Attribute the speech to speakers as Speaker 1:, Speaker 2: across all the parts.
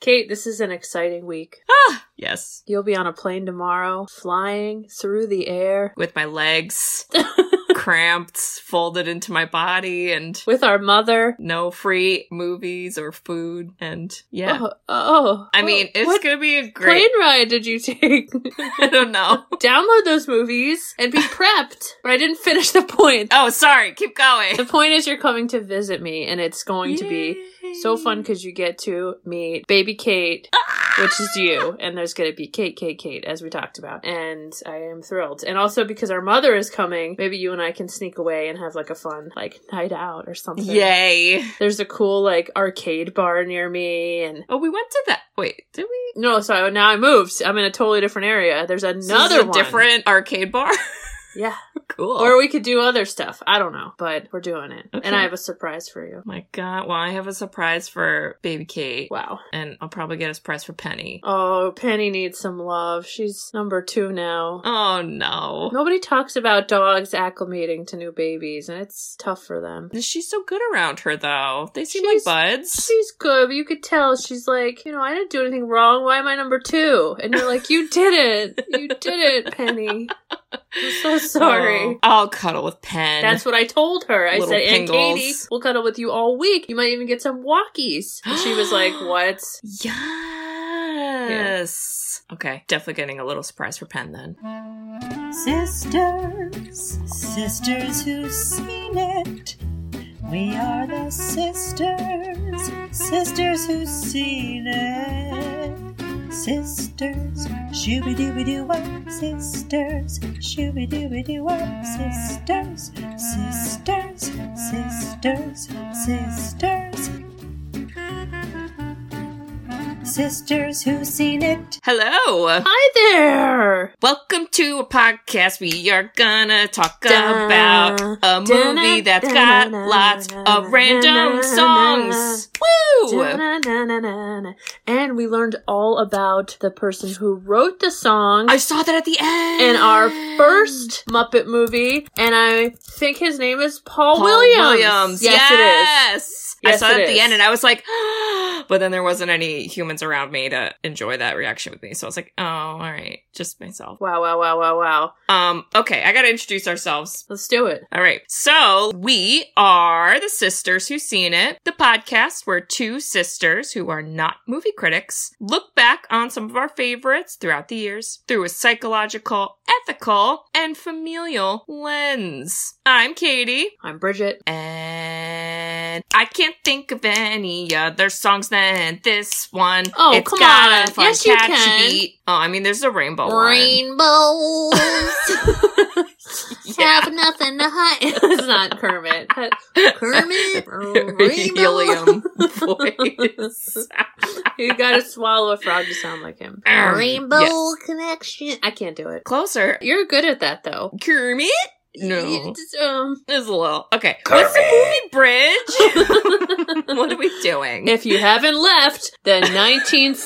Speaker 1: Kate, this is an exciting week.
Speaker 2: Ah, yes.
Speaker 1: You'll be on a plane tomorrow, flying through the air
Speaker 2: With my legs cramped, folded into my body, and
Speaker 1: with our mother.
Speaker 2: no free movies or food. And yeah.
Speaker 1: Oh, oh.
Speaker 2: I mean, it's
Speaker 1: what
Speaker 2: gonna be a great.
Speaker 1: plane ride did you take?
Speaker 2: I don't know.
Speaker 1: Download those movies and be prepped. But I didn't finish the point.
Speaker 2: Oh, sorry. Keep going.
Speaker 1: The point is, you're coming to visit me, and it's going to be so fun because you get to meet baby Kate, which is you, and there's going to be Kate, Kate, Kate, as we talked about. And I am thrilled. And also because our mother is coming, maybe you and I can sneak away and have like a fun, like, night out or something.
Speaker 2: Yay.
Speaker 1: There's a cool, like, arcade bar near me. And
Speaker 2: Oh, we went to that. Wait, did we?
Speaker 1: no, so now I moved. I'm in a totally different area. There's
Speaker 2: This is
Speaker 1: another
Speaker 2: a
Speaker 1: one.
Speaker 2: different arcade bar.
Speaker 1: Yeah.
Speaker 2: cool.
Speaker 1: Or we could do other stuff. I don't know, but we're doing it.
Speaker 2: Okay.
Speaker 1: And I have a surprise for you.
Speaker 2: Oh my God. Well, I have a surprise for baby Kate,
Speaker 1: Wow.
Speaker 2: and I'll probably get a surprise for Penny.
Speaker 1: Oh, Penny needs some love. She's number two now.
Speaker 2: Oh no.
Speaker 1: Nobody talks about dogs acclimating to new babies, and it's tough for them.
Speaker 2: She's so good around her though. They seem
Speaker 1: She's-
Speaker 2: like buds.
Speaker 1: She's good, but you could tell she's like, you know, I didn't do anything wrong. Why am I number two? And you're like, you didn't. You didn't, Penny. I'm so sorry.
Speaker 2: Oh, I'll cuddle with Pen.
Speaker 1: That's what I told her. I
Speaker 2: Little
Speaker 1: said, and
Speaker 2: pingles.
Speaker 1: Katie, we'll cuddle with you all week. You might even get some walkies. And she was like, what?
Speaker 2: Yes. Okay. Definitely getting a little surprise for Pen then.
Speaker 3: Sisters, sisters who've seen it. We are the sisters, sisters who've seen it. Sisters, shooby dooby doo up, sisters, shooby dooby doo up, sisters, sisters, sisters, sisters. Sisters who've seen it.
Speaker 2: Hello.
Speaker 1: Hi there.
Speaker 2: Welcome to a podcast. We are gonna talk
Speaker 1: Dun,
Speaker 2: about a
Speaker 1: dun,
Speaker 2: movie that's
Speaker 1: dun,
Speaker 2: got
Speaker 1: dun,
Speaker 2: lots
Speaker 1: dun,
Speaker 2: of
Speaker 1: dun,
Speaker 2: random
Speaker 1: dun,
Speaker 2: songs. Woo!
Speaker 1: Da-na-na-na-na-na. And we learned all about the person who wrote the song
Speaker 2: I saw that at the end.
Speaker 1: in our first Muppet movie, and I think his name is Paul,
Speaker 2: Paul
Speaker 1: Williams. Yes, it is.
Speaker 2: it is. I
Speaker 1: Yes,
Speaker 2: saw it
Speaker 1: it
Speaker 2: at the
Speaker 1: is.
Speaker 2: end and I was like, but then there wasn't any humans around me to enjoy that reaction with me. So I was like, oh, all right, just myself.
Speaker 1: Wow, wow, wow, wow, wow.
Speaker 2: Um, okay, I gotta introduce ourselves.
Speaker 1: Let's do it.
Speaker 2: All right. So we are the sisters who seen it. The podcast where two sisters who are not movie critics look back on some of our favorites throughout the years through a psychological, ethical, and familial lens. I'm Katie.
Speaker 1: I'm Bridget.
Speaker 2: And I can't think of any other songs than this one.
Speaker 1: Oh,
Speaker 2: It's
Speaker 1: come
Speaker 2: got a
Speaker 1: on.
Speaker 2: fun,
Speaker 1: Yes, you
Speaker 2: catchy
Speaker 1: can.
Speaker 2: beat. Oh, I mean, there's a rainbow one.
Speaker 1: Rainbows
Speaker 2: Yeah.
Speaker 1: have nothing to hide. it's not Kermit. Kermit,
Speaker 2: Helium voice.
Speaker 1: you gotta swallow a frog to sound like him.
Speaker 2: Um, yes.
Speaker 1: connection. I can't do it.
Speaker 2: Closer.
Speaker 1: You're good at that though.
Speaker 2: Kermit?
Speaker 1: You
Speaker 2: No.
Speaker 1: just, um.
Speaker 2: It's a little. Okay. What's the movie bridge? what are we doing?
Speaker 1: If you haven't left the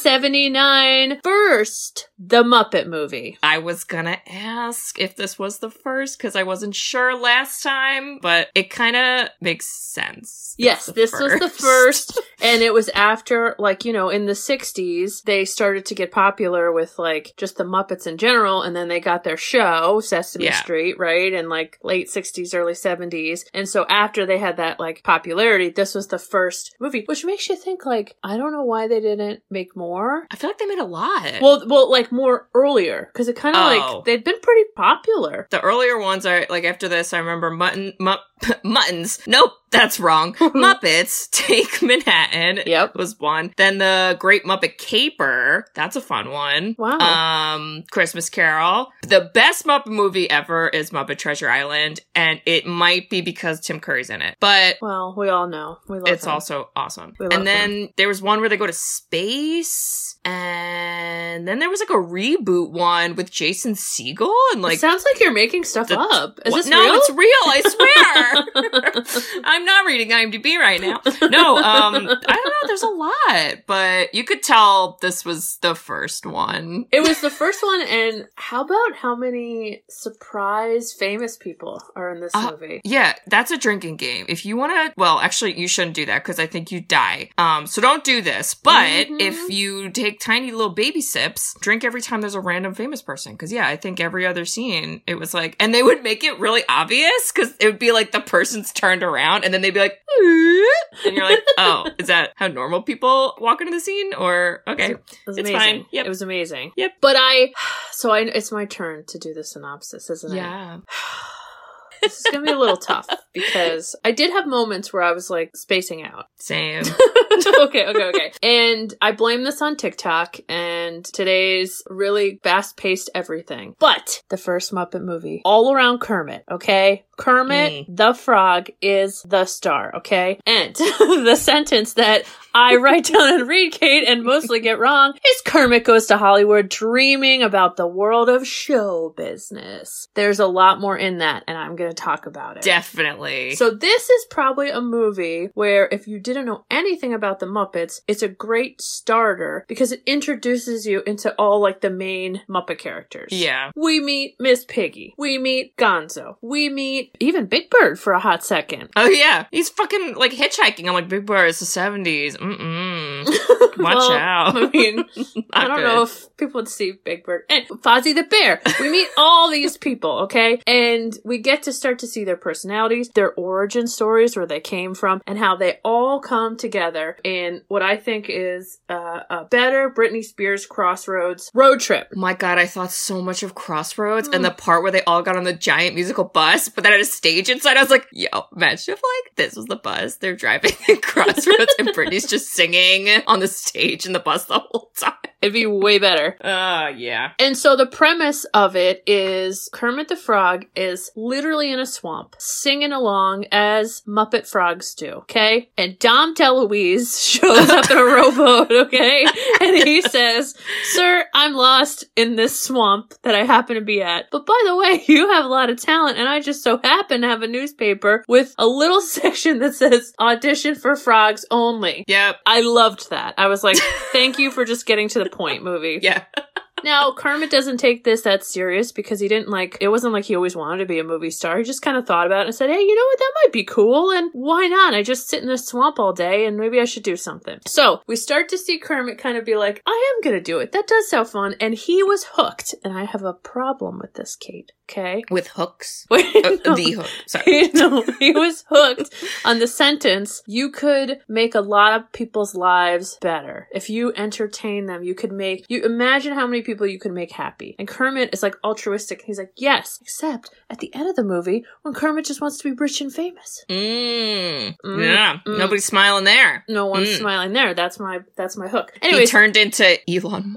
Speaker 1: 1979 first The Muppet Movie.
Speaker 2: I was gonna ask if this was the first because I wasn't sure last time, but it kind of makes sense. It's
Speaker 1: Yes,
Speaker 2: the
Speaker 1: this was the first, and it was after, like, you know, in the 60s, they started to get popular with, like, just the Muppets in general, and then they got their show, Sesame
Speaker 2: Yeah.
Speaker 1: Street, right? In, like, late 60s, early 70s. And so after they had that, like, popularity, this was the first movie, which makes you think, like, I don't know why they didn't make more.
Speaker 2: I feel like they made a lot.
Speaker 1: Well, well, like more earlier because it kind of
Speaker 2: Uh, Oh.
Speaker 1: like they'd been pretty popular.
Speaker 2: the earlier ones are like after this. I remember mutton, mu- muttons. Nope, that's wrong. Muppets take Manhattan.
Speaker 1: Yep.
Speaker 2: was one. Then the Great Muppet Caper. That's a fun one.
Speaker 1: Wow.
Speaker 2: Um, Christmas Carol. The best Muppet movie ever is Muppet Treasure Island, and it might be because Tim Curry's in it, but
Speaker 1: Well, we all know we love
Speaker 2: it's
Speaker 1: him.
Speaker 2: also awesome.
Speaker 1: We love
Speaker 2: And then there was one where they go to space, and then there was like a reboot one with Jason Segel and
Speaker 1: It
Speaker 2: like.
Speaker 1: sounds like you're making stuff
Speaker 2: the-
Speaker 1: up. Is
Speaker 2: What-
Speaker 1: this
Speaker 2: no,
Speaker 1: real?
Speaker 2: it's real. I swear. I'm not reading IMDb right now. No, um, I don't know. There's a lot, but you could tell this was the first one.
Speaker 1: It was the first one, and how about how many surprise famous people are in this
Speaker 2: Uh,
Speaker 1: movie?
Speaker 2: Yeah, that's a drinking game. If you want to, well, actually, you shouldn't do that because I think you die. Um, so don't do this. But
Speaker 1: Mhm.
Speaker 2: if you take tiny little baby sips, drink every time there's a random famous person. Because yeah, I think every other scene it was like, and they would make it really obvious because it would be like the person's turned around, and then they'd be like, and you're like, oh, is that how normal people walk into the scene? Or okay,
Speaker 1: It was
Speaker 2: It's
Speaker 1: amazing.
Speaker 2: fine. Yep.
Speaker 1: It was amazing.
Speaker 2: Yep.
Speaker 1: But I, so I, it's my turn to do the synopsis, isn't it?
Speaker 2: yeah,
Speaker 1: this is gonna be a little tough because I did have moments where I was like spacing out.
Speaker 2: same.
Speaker 1: okay, okay, okay. And I blame this on TikTok and today's really fast paced everything. But the first Muppet movie, all around Kermit, okay? Kermit the Frog is the star, okay? And the sentence that I write down and read, Kate, and mostly get wrong is Kermit goes to Hollywood dreaming about the world of show business. There's a lot more in that, and I'm going to talk about it.
Speaker 2: Definitely.
Speaker 1: So this is probably a movie where if you didn't know anything about the Muppets, it's a great starter because it introduces you into all like the main Muppet characters.
Speaker 2: yeah.
Speaker 1: We meet Miss Piggy. We meet Gonzo. We meet even Big Bird for a hot second.
Speaker 2: Oh yeah, he's fucking like hitchhiking. I'm like, Big Bird, it's the seventies. Mm mm. Watch
Speaker 1: Well,
Speaker 2: out.
Speaker 1: I mean, I don't know if people would see Big Bird and Fozzie the Bear. We meet all these people, okay? And we get to start to see their personalities, their origin stories, where they came from, and how they all come together in what I think is uh, a better Britney Spears Crossroads road trip.
Speaker 2: My God, I thought so much of Crossroads
Speaker 1: Mm.
Speaker 2: and the part where they all got on the giant musical bus, but then had a stage inside. I was like, yo, imagine if like this was the bus they're driving at Crossroads and Britney's just singing on the stage in the bus the whole time.
Speaker 1: It'd be way better.
Speaker 2: Oh yeah.
Speaker 1: And so the premise of it is Kermit the Frog is literally in a swamp singing along as Muppet frogs do, okay? And Dom DeLuise shows up in a rowboat, okay? And he says, Sir, I'm lost in this swamp that I happen to be at. But by the way, you have a lot of talent, and I just so happen to have a newspaper with a little section that says audition for frogs only.
Speaker 2: Yep.
Speaker 1: I loved that. I was like, thank you for just getting to the point, movie.
Speaker 2: Yeah.
Speaker 1: Now, Kermit doesn't take this that serious because he didn't like it wasn't like he always wanted to be a movie star. He just kind of thought about it and said, "Hey, you know what? That might be cool and why not? I just sit in this swamp all day and maybe I should do something." So, we start to see Kermit kind of be like, "I am going to do it. That does sound fun." And he was hooked, and I have a problem with this, Kate. Okay?
Speaker 2: With hooks.
Speaker 1: Wait,
Speaker 2: Uh,
Speaker 1: no.
Speaker 2: The hook. Sorry.
Speaker 1: You know, he was hooked on the sentence you could make a lot of people's lives better if you entertain them you could make you imagine how many people you could make happy and kermit is like altruistic he's like yes except at the end of the movie when kermit just wants to be rich and famous
Speaker 2: Mm.
Speaker 1: Mm,
Speaker 2: Yeah.
Speaker 1: mm.
Speaker 2: Nobody's smiling there.
Speaker 1: no one's
Speaker 2: Mm.
Speaker 1: smiling there that's my that's my hook
Speaker 2: he
Speaker 1: anyways
Speaker 2: turned into Elon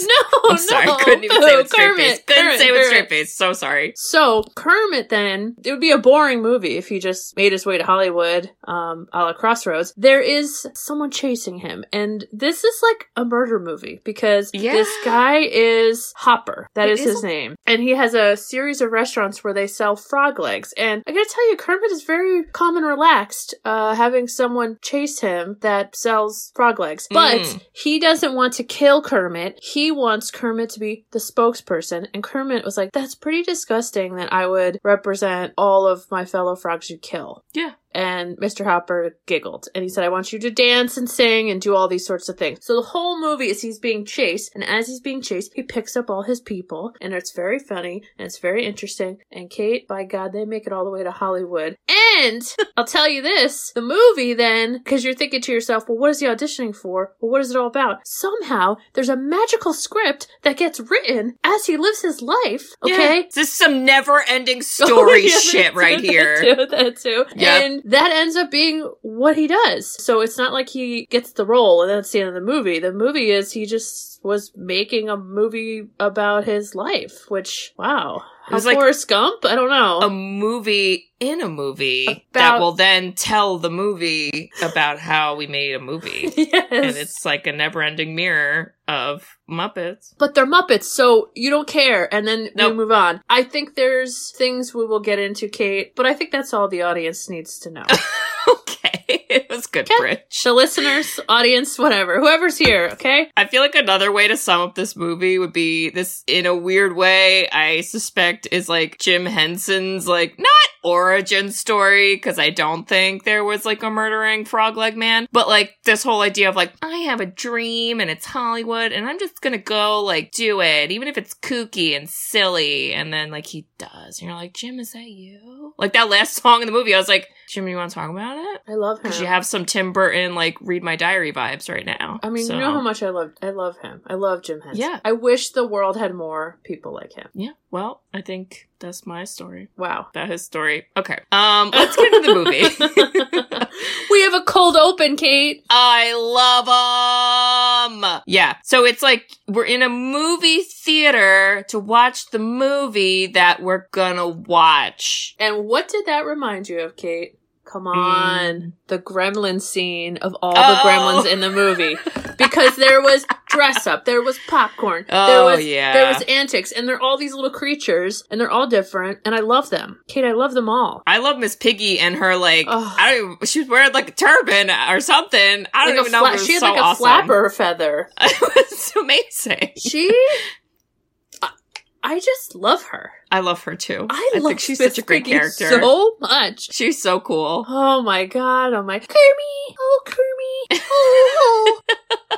Speaker 1: no
Speaker 2: I'm sorry,
Speaker 1: Oh, no
Speaker 2: couldn't even say it with
Speaker 1: Boo,
Speaker 2: straight
Speaker 1: Kermit,
Speaker 2: face. Couldn't
Speaker 1: Kermit,
Speaker 2: say it with
Speaker 1: Kermit.
Speaker 2: straight face. So sorry.
Speaker 1: So Kermit, then it would be a boring movie if he just made his way to Hollywood, um, a la Crossroads. There is someone chasing him, and this is like a murder movie because
Speaker 2: Yeah.
Speaker 1: this guy is Hopper. That
Speaker 2: It
Speaker 1: is
Speaker 2: is
Speaker 1: his name, and he has a series of restaurants where they sell frog legs. And I gotta tell you, Kermit is very calm and relaxed, uh, having someone chase him that sells frog legs, but
Speaker 2: Mm.
Speaker 1: he doesn't want to kill Kermit. He wants Kermit to be the spokesperson. And Kermit was like, that's pretty disgusting that I would represent all of my fellow frogs you kill.
Speaker 2: Yeah.
Speaker 1: And Mr. Hopper giggled and he said, I want you to dance and sing and do all these sorts of things. So the whole movie is he's being chased. And as he's being chased, he picks up all his people. And it's very funny and it's very interesting. And Kate, by God, they make it all the way to Hollywood. And I'll tell you this the movie, then, because you're thinking to yourself, well, what is he auditioning for? Well, what is it all about? Somehow, there's a magical script that gets written as he lives his life, okay?
Speaker 2: Yeah. This is some never-ending story
Speaker 1: Oh, yeah,
Speaker 2: shit
Speaker 1: that
Speaker 2: right
Speaker 1: too,
Speaker 2: here.
Speaker 1: That too, that too.
Speaker 2: Yep.
Speaker 1: And that ends up being what he does. So it's not like he gets the role and that's the end of the movie. The movie is he just was making a movie about his life, which, wow. It was
Speaker 2: like-
Speaker 1: Forrest Gump? I don't know.
Speaker 2: a movie in a movie that
Speaker 1: About-
Speaker 2: will then tell the movie about how we made a movie.
Speaker 1: yes.
Speaker 2: and it's like a never ending mirror of Muppets.
Speaker 1: but they're Muppets, so you don't care. And then
Speaker 2: Nope.
Speaker 1: we move on. I think there's things we will get into, Kate, but I think that's all the audience needs to know.
Speaker 2: okay. It was good
Speaker 1: Okay.
Speaker 2: bridge.
Speaker 1: the listeners, audience, whatever, whoever's here, okay?
Speaker 2: I feel like another way to sum up this movie would be this in a weird way, I suspect is like Jim Henson's like not origin story, because I don't think there was like a murdering frog leg man, but like this whole idea of like, I have a dream and it's Hollywood and I'm just gonna go like do it, even if it's kooky and silly, and then like he does, and you're like, Jim, is that you? Like that last song in the movie, I was like, Jim, you wanna talk about it?
Speaker 1: I love him.
Speaker 2: Because you have some Tim Burton like read my diary vibes right now.
Speaker 1: Uh, I mean,
Speaker 2: So-
Speaker 1: you know how much I love I love him. I love Jim Henson.
Speaker 2: Yeah.
Speaker 1: I wish the world had more people like him.
Speaker 2: Yeah, well, I think that's my story.
Speaker 1: Wow.
Speaker 2: That his story. Okay. Um, let's get into the movie.
Speaker 1: we have a cold open, Kate.
Speaker 2: I love 'em. Yeah. So it's like we're in a movie theater to watch the movie that we're gonna watch.
Speaker 1: And what did that remind you of, Kate? Come on.
Speaker 2: Mm.
Speaker 1: The gremlin scene of all the
Speaker 2: Oh.
Speaker 1: gremlins in the movie. Because there was dress up, there was popcorn, there
Speaker 2: Oh
Speaker 1: was
Speaker 2: yeah.
Speaker 1: there was antics, and they're all these little creatures, and they're all different, and I love them. Kate, I love them all.
Speaker 2: I love Miss Piggy and her like
Speaker 1: Ugh.
Speaker 2: I don't even, she was wearing like a turban or something. I
Speaker 1: Like
Speaker 2: don't
Speaker 1: a
Speaker 2: even know.
Speaker 1: fla-
Speaker 2: but it was
Speaker 1: she had
Speaker 2: so
Speaker 1: like a
Speaker 2: awesome.
Speaker 1: flapper feather.
Speaker 2: it was amazing.
Speaker 1: She, I, I just love her.
Speaker 2: I love her too.
Speaker 1: I, love
Speaker 2: think she's such a
Speaker 1: Miss
Speaker 2: great
Speaker 1: Piggy
Speaker 2: character.
Speaker 1: so much.
Speaker 2: She's so cool.
Speaker 1: Oh my god! Oh my Kermie! Oh Kermie! Oh.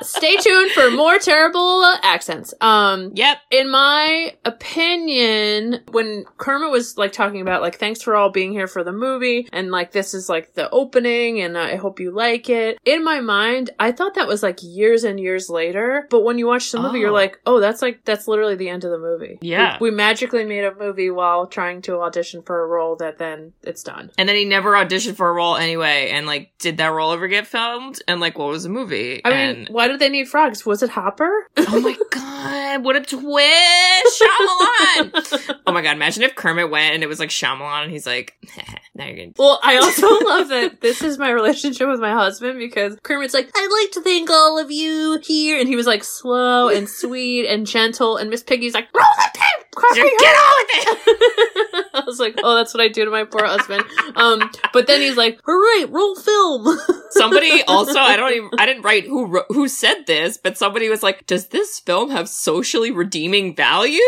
Speaker 1: Stay tuned for more terrible accents. Um,
Speaker 2: Yep.
Speaker 1: in my opinion, when Kermit was like talking about like thanks for all being here for the movie and like this is like the opening and I hope you like it. In my mind, I thought that was like years and years later, but when you watch the movie,
Speaker 2: Oh.
Speaker 1: you're like, oh, that's like that's literally the end of the movie.
Speaker 2: Yeah.
Speaker 1: we, we magically made a movie while trying to audition for a role that then it's done.
Speaker 2: And then he never auditioned for a role anyway. And like, did that role ever get filmed? And like, what was the movie?
Speaker 1: I mean,
Speaker 2: and,
Speaker 1: why did they need frogs? Was it Hopper?
Speaker 2: oh my god, what a twist! Shyamalan. oh my god, imagine if Kermit went and it was like Shyamalan, and he's like, now you're gonna.
Speaker 1: Well, I also love that this is my relationship with my husband because Kermit's like, I'd like to thank all of you here. And he was like slow and sweet and gentle. And Miss Piggy's like, roll the tape!
Speaker 2: He's like,
Speaker 1: Cry
Speaker 2: Get on with it.
Speaker 1: I was like, oh, that's what I do to my poor husband. Um, but then he's like, all right, roll film.
Speaker 2: Somebody also, I don't even, I didn't write who wrote, who said this, but somebody was like, "Does this film have socially redeeming values?"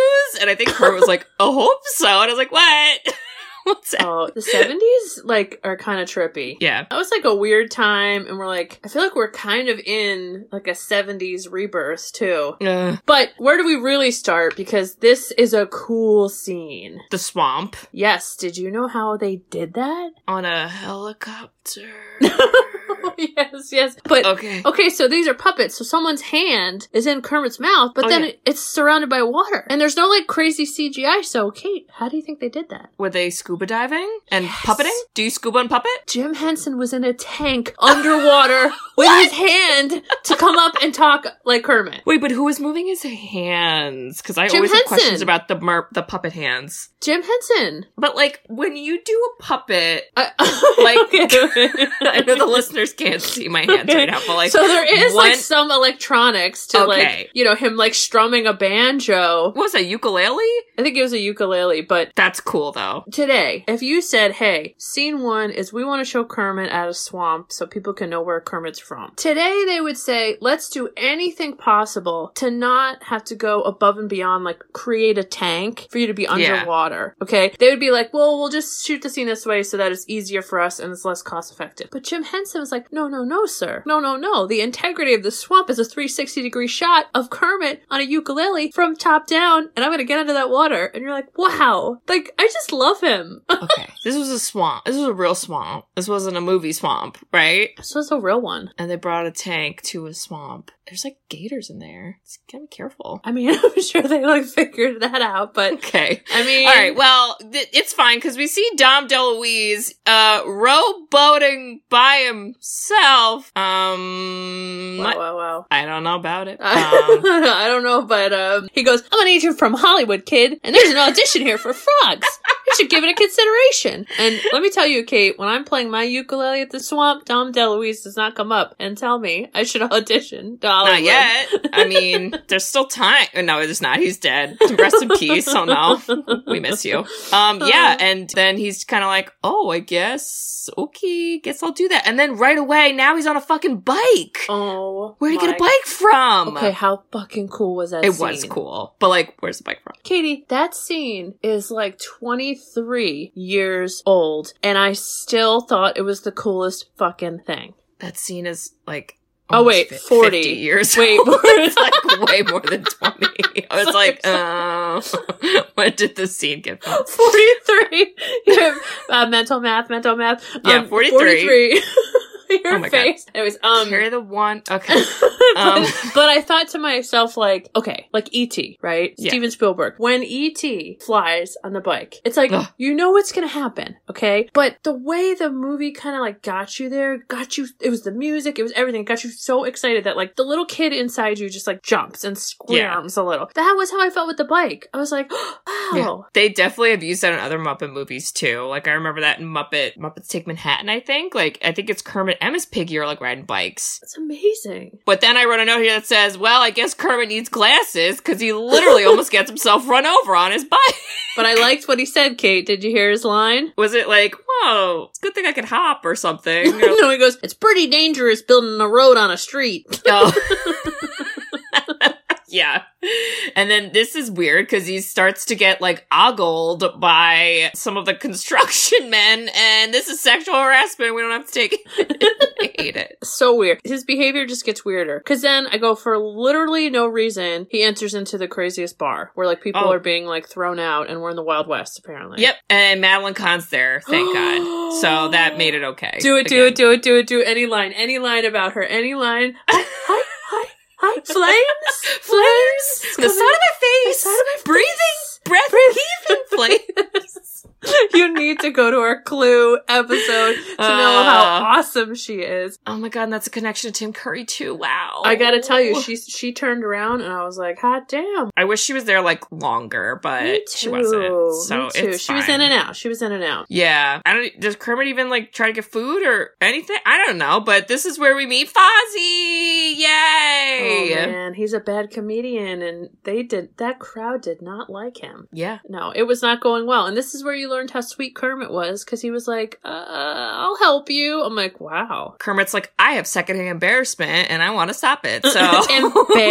Speaker 2: And I think Kermit was like, "I hope so." And I was like, "What? What's that?"
Speaker 1: oh, the 70s, like, are kind of trippy.
Speaker 2: Yeah,
Speaker 1: That was like a weird time, and we're like, I feel like we're kind of in like a 70s rebirth too.
Speaker 2: Ugh.
Speaker 1: But where do we really start? Because this is a cool scene.
Speaker 2: the swamp.
Speaker 1: Yes, did you know how they did that?
Speaker 2: on a helicopter.
Speaker 1: yes, yes. But okay.
Speaker 2: okay.
Speaker 1: so these are puppets. So someone's hand is in Kermit's mouth, but
Speaker 2: Oh,
Speaker 1: then
Speaker 2: yeah.
Speaker 1: it- it's surrounded by water. And there's no like crazy CGI. So, Kate, how do you think they did that?
Speaker 2: Were they scuba diving and
Speaker 1: Yes.
Speaker 2: puppeting? Do you scuba and puppet?
Speaker 1: Jim Henson was in a tank underwater with his hand to come up and talk like Kermit.
Speaker 2: Wait, but who was moving his hands? Because I
Speaker 1: Jim
Speaker 2: always have
Speaker 1: Henson.
Speaker 2: questions about the mer- the puppet hands.
Speaker 1: Jim Henson.
Speaker 2: But like when you do a puppet,
Speaker 1: I-
Speaker 2: like
Speaker 1: Okay.
Speaker 2: I know the listeners can't see my hands right now, but like
Speaker 1: so there is
Speaker 2: one-
Speaker 1: like some electronics to
Speaker 2: Okay.
Speaker 1: like you know him like strumming a banjo.
Speaker 2: what was that ukulele?
Speaker 1: I think it was a ukulele, but
Speaker 2: That's cool though.
Speaker 1: today, if you said, "Hey, scene one is we want to show Kermit at a swamp so people can know where Kermit's from," today they would say, "Let's do anything possible to not have to go above and beyond, like create a tank for you to be underwater." Okay, they would be like, "Well, we'll just shoot the scene this way so that it's easier for us and it's less cost effective." But Jim Henson was like, "No, no, no, sir, no, no, no. The integrity of the swamp is a 360 degree shot of Kermit on a ukulele from top down, and I'm gonna get under that water." And you're like, "Wow!" Like I just love him.
Speaker 2: Okay, this was a swamp. This was a real swamp. This wasn't a movie swamp, right?
Speaker 1: This was a real one.
Speaker 2: And they brought a tank to a swamp, There's like gators in there. It's gotta be careful.
Speaker 1: I mean, I'm sure they like figured that out, but
Speaker 2: Okay.
Speaker 1: I mean,
Speaker 2: All right. Well, th- it's fine because we see Dom DeLuise uh, rowboating by himself. Um,
Speaker 1: wow, wow, wow.
Speaker 2: I don't know about it. Um,
Speaker 1: I don't know, but um, he goes, I'm an agent from Hollywood, kid, and there's an audition here for frogs. You should give it a consideration. And let me tell you, Kate, when I'm playing my ukulele at the swamp, Dom DeLuise does not come up and tell me I should audition. to Hollywood.
Speaker 2: not yet. I mean, there's still time. Uh, No, there's not. He's dead. Rest in peace. Oh no, we miss you. Um, yeah.
Speaker 1: Uh-huh.
Speaker 2: And then he's kind of like, oh, I guess okay, guess I'll do that. And then right away, now he's on a fucking bike.
Speaker 1: Oh.
Speaker 2: Where'd he get a
Speaker 1: my-
Speaker 2: bike from?
Speaker 1: Okay, how fucking cool was that
Speaker 2: It
Speaker 1: scene?
Speaker 2: was cool, but like, where's the bike from?
Speaker 1: Katie, that scene is like 23 years old, and I still thought it was the coolest fucking thing.
Speaker 2: That scene is like.
Speaker 1: Oh,
Speaker 2: almost
Speaker 1: wait,
Speaker 2: fi-
Speaker 1: 40.
Speaker 2: 50 years.
Speaker 1: Wait,
Speaker 2: old.
Speaker 1: what?
Speaker 2: it's like way more than twenty. I was like, uh, when did this scene get? filmed?
Speaker 1: 43. Your, uh, mental math, mental math.
Speaker 2: Yeah, 43.
Speaker 1: 43. Your
Speaker 2: Oh my God.
Speaker 1: face. Anyways, um.
Speaker 2: Carry the one. Okay.
Speaker 1: but,
Speaker 2: Um.
Speaker 1: but I thought to myself, like, okay, like E.T., right?
Speaker 2: Yeah.
Speaker 1: Steven Spielberg. When E.T. flies on the bike, it's like,
Speaker 2: Ugh.
Speaker 1: you know what's going to happen, okay? But the way the movie kind of like got you there, got you, it was the music, it was everything, it got you so excited that like the little kid inside you just like jumps and squirms a little. That was how I felt with the bike. I was like, wow.
Speaker 2: Yeah. They definitely have used that in other Muppet movies too. Like I remember that in Muppet Muppets Take Manhattan, I think. Like I think it's Kermit and Miss Piggy are like riding bikes.
Speaker 1: That's amazing.
Speaker 2: But then I wrote a note here that says, "Well, I guess Kermit needs glasses because he literally almost gets himself run over on his bike."
Speaker 1: But I liked what he said, Kate. Did you hear his line?
Speaker 2: Was it like, "Whoa, it's a good thing I could hop" or something? Or-
Speaker 1: no, he goes, It's pretty dangerous building a road on a street.
Speaker 2: Oh. yeah. And then this is weird because he starts to get like ogled by some of the construction men, and this is sexual harassment. We don't have to take it. I hate it.
Speaker 1: so weird. His behavior just gets weirder. Cause then I go for literally no reason, he enters into the craziest bar where like people
Speaker 2: Oh.
Speaker 1: are being like thrown out and we're in the Wild West apparently.
Speaker 2: Yep. And Madeline Kahn's there, thank God. So that made it okay.
Speaker 1: Do it, do
Speaker 2: Again.
Speaker 1: it, do it, do it, do it. Any line, any line about her, any line. Hi, hi, hi, hi. Flames?
Speaker 2: Flames! The
Speaker 1: Coming
Speaker 2: side of my
Speaker 1: The
Speaker 2: face!
Speaker 1: side of my
Speaker 2: breathing!
Speaker 1: face.
Speaker 2: Breath heaving flames!
Speaker 1: you need to go to our Clue episode to know
Speaker 2: Uh.
Speaker 1: how awesome she is.
Speaker 2: Oh my god, and that's a connection to Tim Curry too. Wow.
Speaker 1: I gotta tell
Speaker 2: Oh.
Speaker 1: you, she she turned around and I was like, "Hot damn!"
Speaker 2: I wish she was there like longer, but
Speaker 1: Me
Speaker 2: she wasn't.
Speaker 1: too.
Speaker 2: So
Speaker 1: Me too.
Speaker 2: it's
Speaker 1: she was
Speaker 2: fine.
Speaker 1: in and out. She was in and out.
Speaker 2: Yeah, I don't. Does Kermit even like try to get food or anything? I don't know. But this is where we meet Fozzie. Yay!
Speaker 1: Oh man, he's a bad comedian, and they did that crowd did not like him.
Speaker 2: Yeah,
Speaker 1: No, it was not going well. And this is where you learned how sweet Kermit was because he was like, uh, I'll help you. I'm like, wow.
Speaker 2: Kermit's like, I have secondhand embarrassment, and I want to stop it. So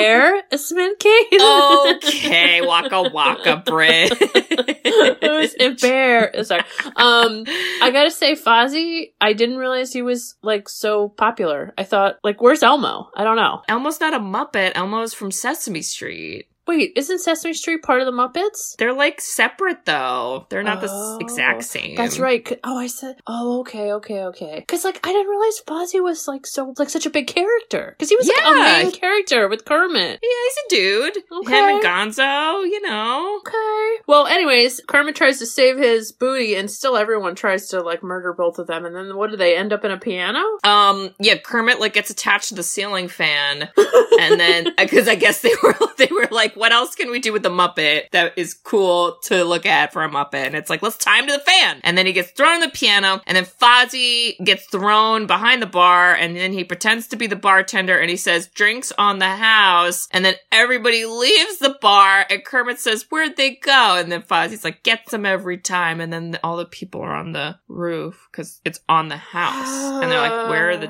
Speaker 1: Embarrassment, Kate.
Speaker 2: okay, waka waka, Brit.
Speaker 1: it was embarrassed. Sorry. Um, I gotta say, Fozzie, I didn't realize he was like so popular. I thought, like, where's Elmo? I don't know.
Speaker 2: Elmo's not a Muppet. Elmo's from Sesame Street.
Speaker 1: Wait, isn't Sesame Street part of the Muppets?
Speaker 2: They're like separate though. They're not
Speaker 1: Oh,
Speaker 2: the s- exact same.
Speaker 1: That's right. 'cause- Oh, I said. Oh, okay, okay, okay. Because like I didn't realize Fozzie was like so like such a big character. Because he was like a
Speaker 2: Yeah.
Speaker 1: main character with Kermit.
Speaker 2: Yeah, he's a dude.
Speaker 1: Okay.
Speaker 2: Him and Gonzo, you know.
Speaker 1: Okay. Well, anyways, Kermit tries to save his booty, and still everyone tries to like murder both of them. And then what do they end up in a piano?
Speaker 2: Um, yeah, Kermit like gets attached to the ceiling fan, and then because I guess they were they were like, what else can we do with the Muppet that is cool to look at for a Muppet? And it's like, let's tie him to the fan. And then he gets thrown on the piano, and then Fozzie gets thrown behind the bar, and then he pretends to be the bartender, and he says, "Drinks on the house." And then everybody leaves the bar, and Kermit says, "Where'd they go?" And then Fozzie's like, "Gets them every time." And then all the people are on the roof because it's on the house, and they're like, "Where are the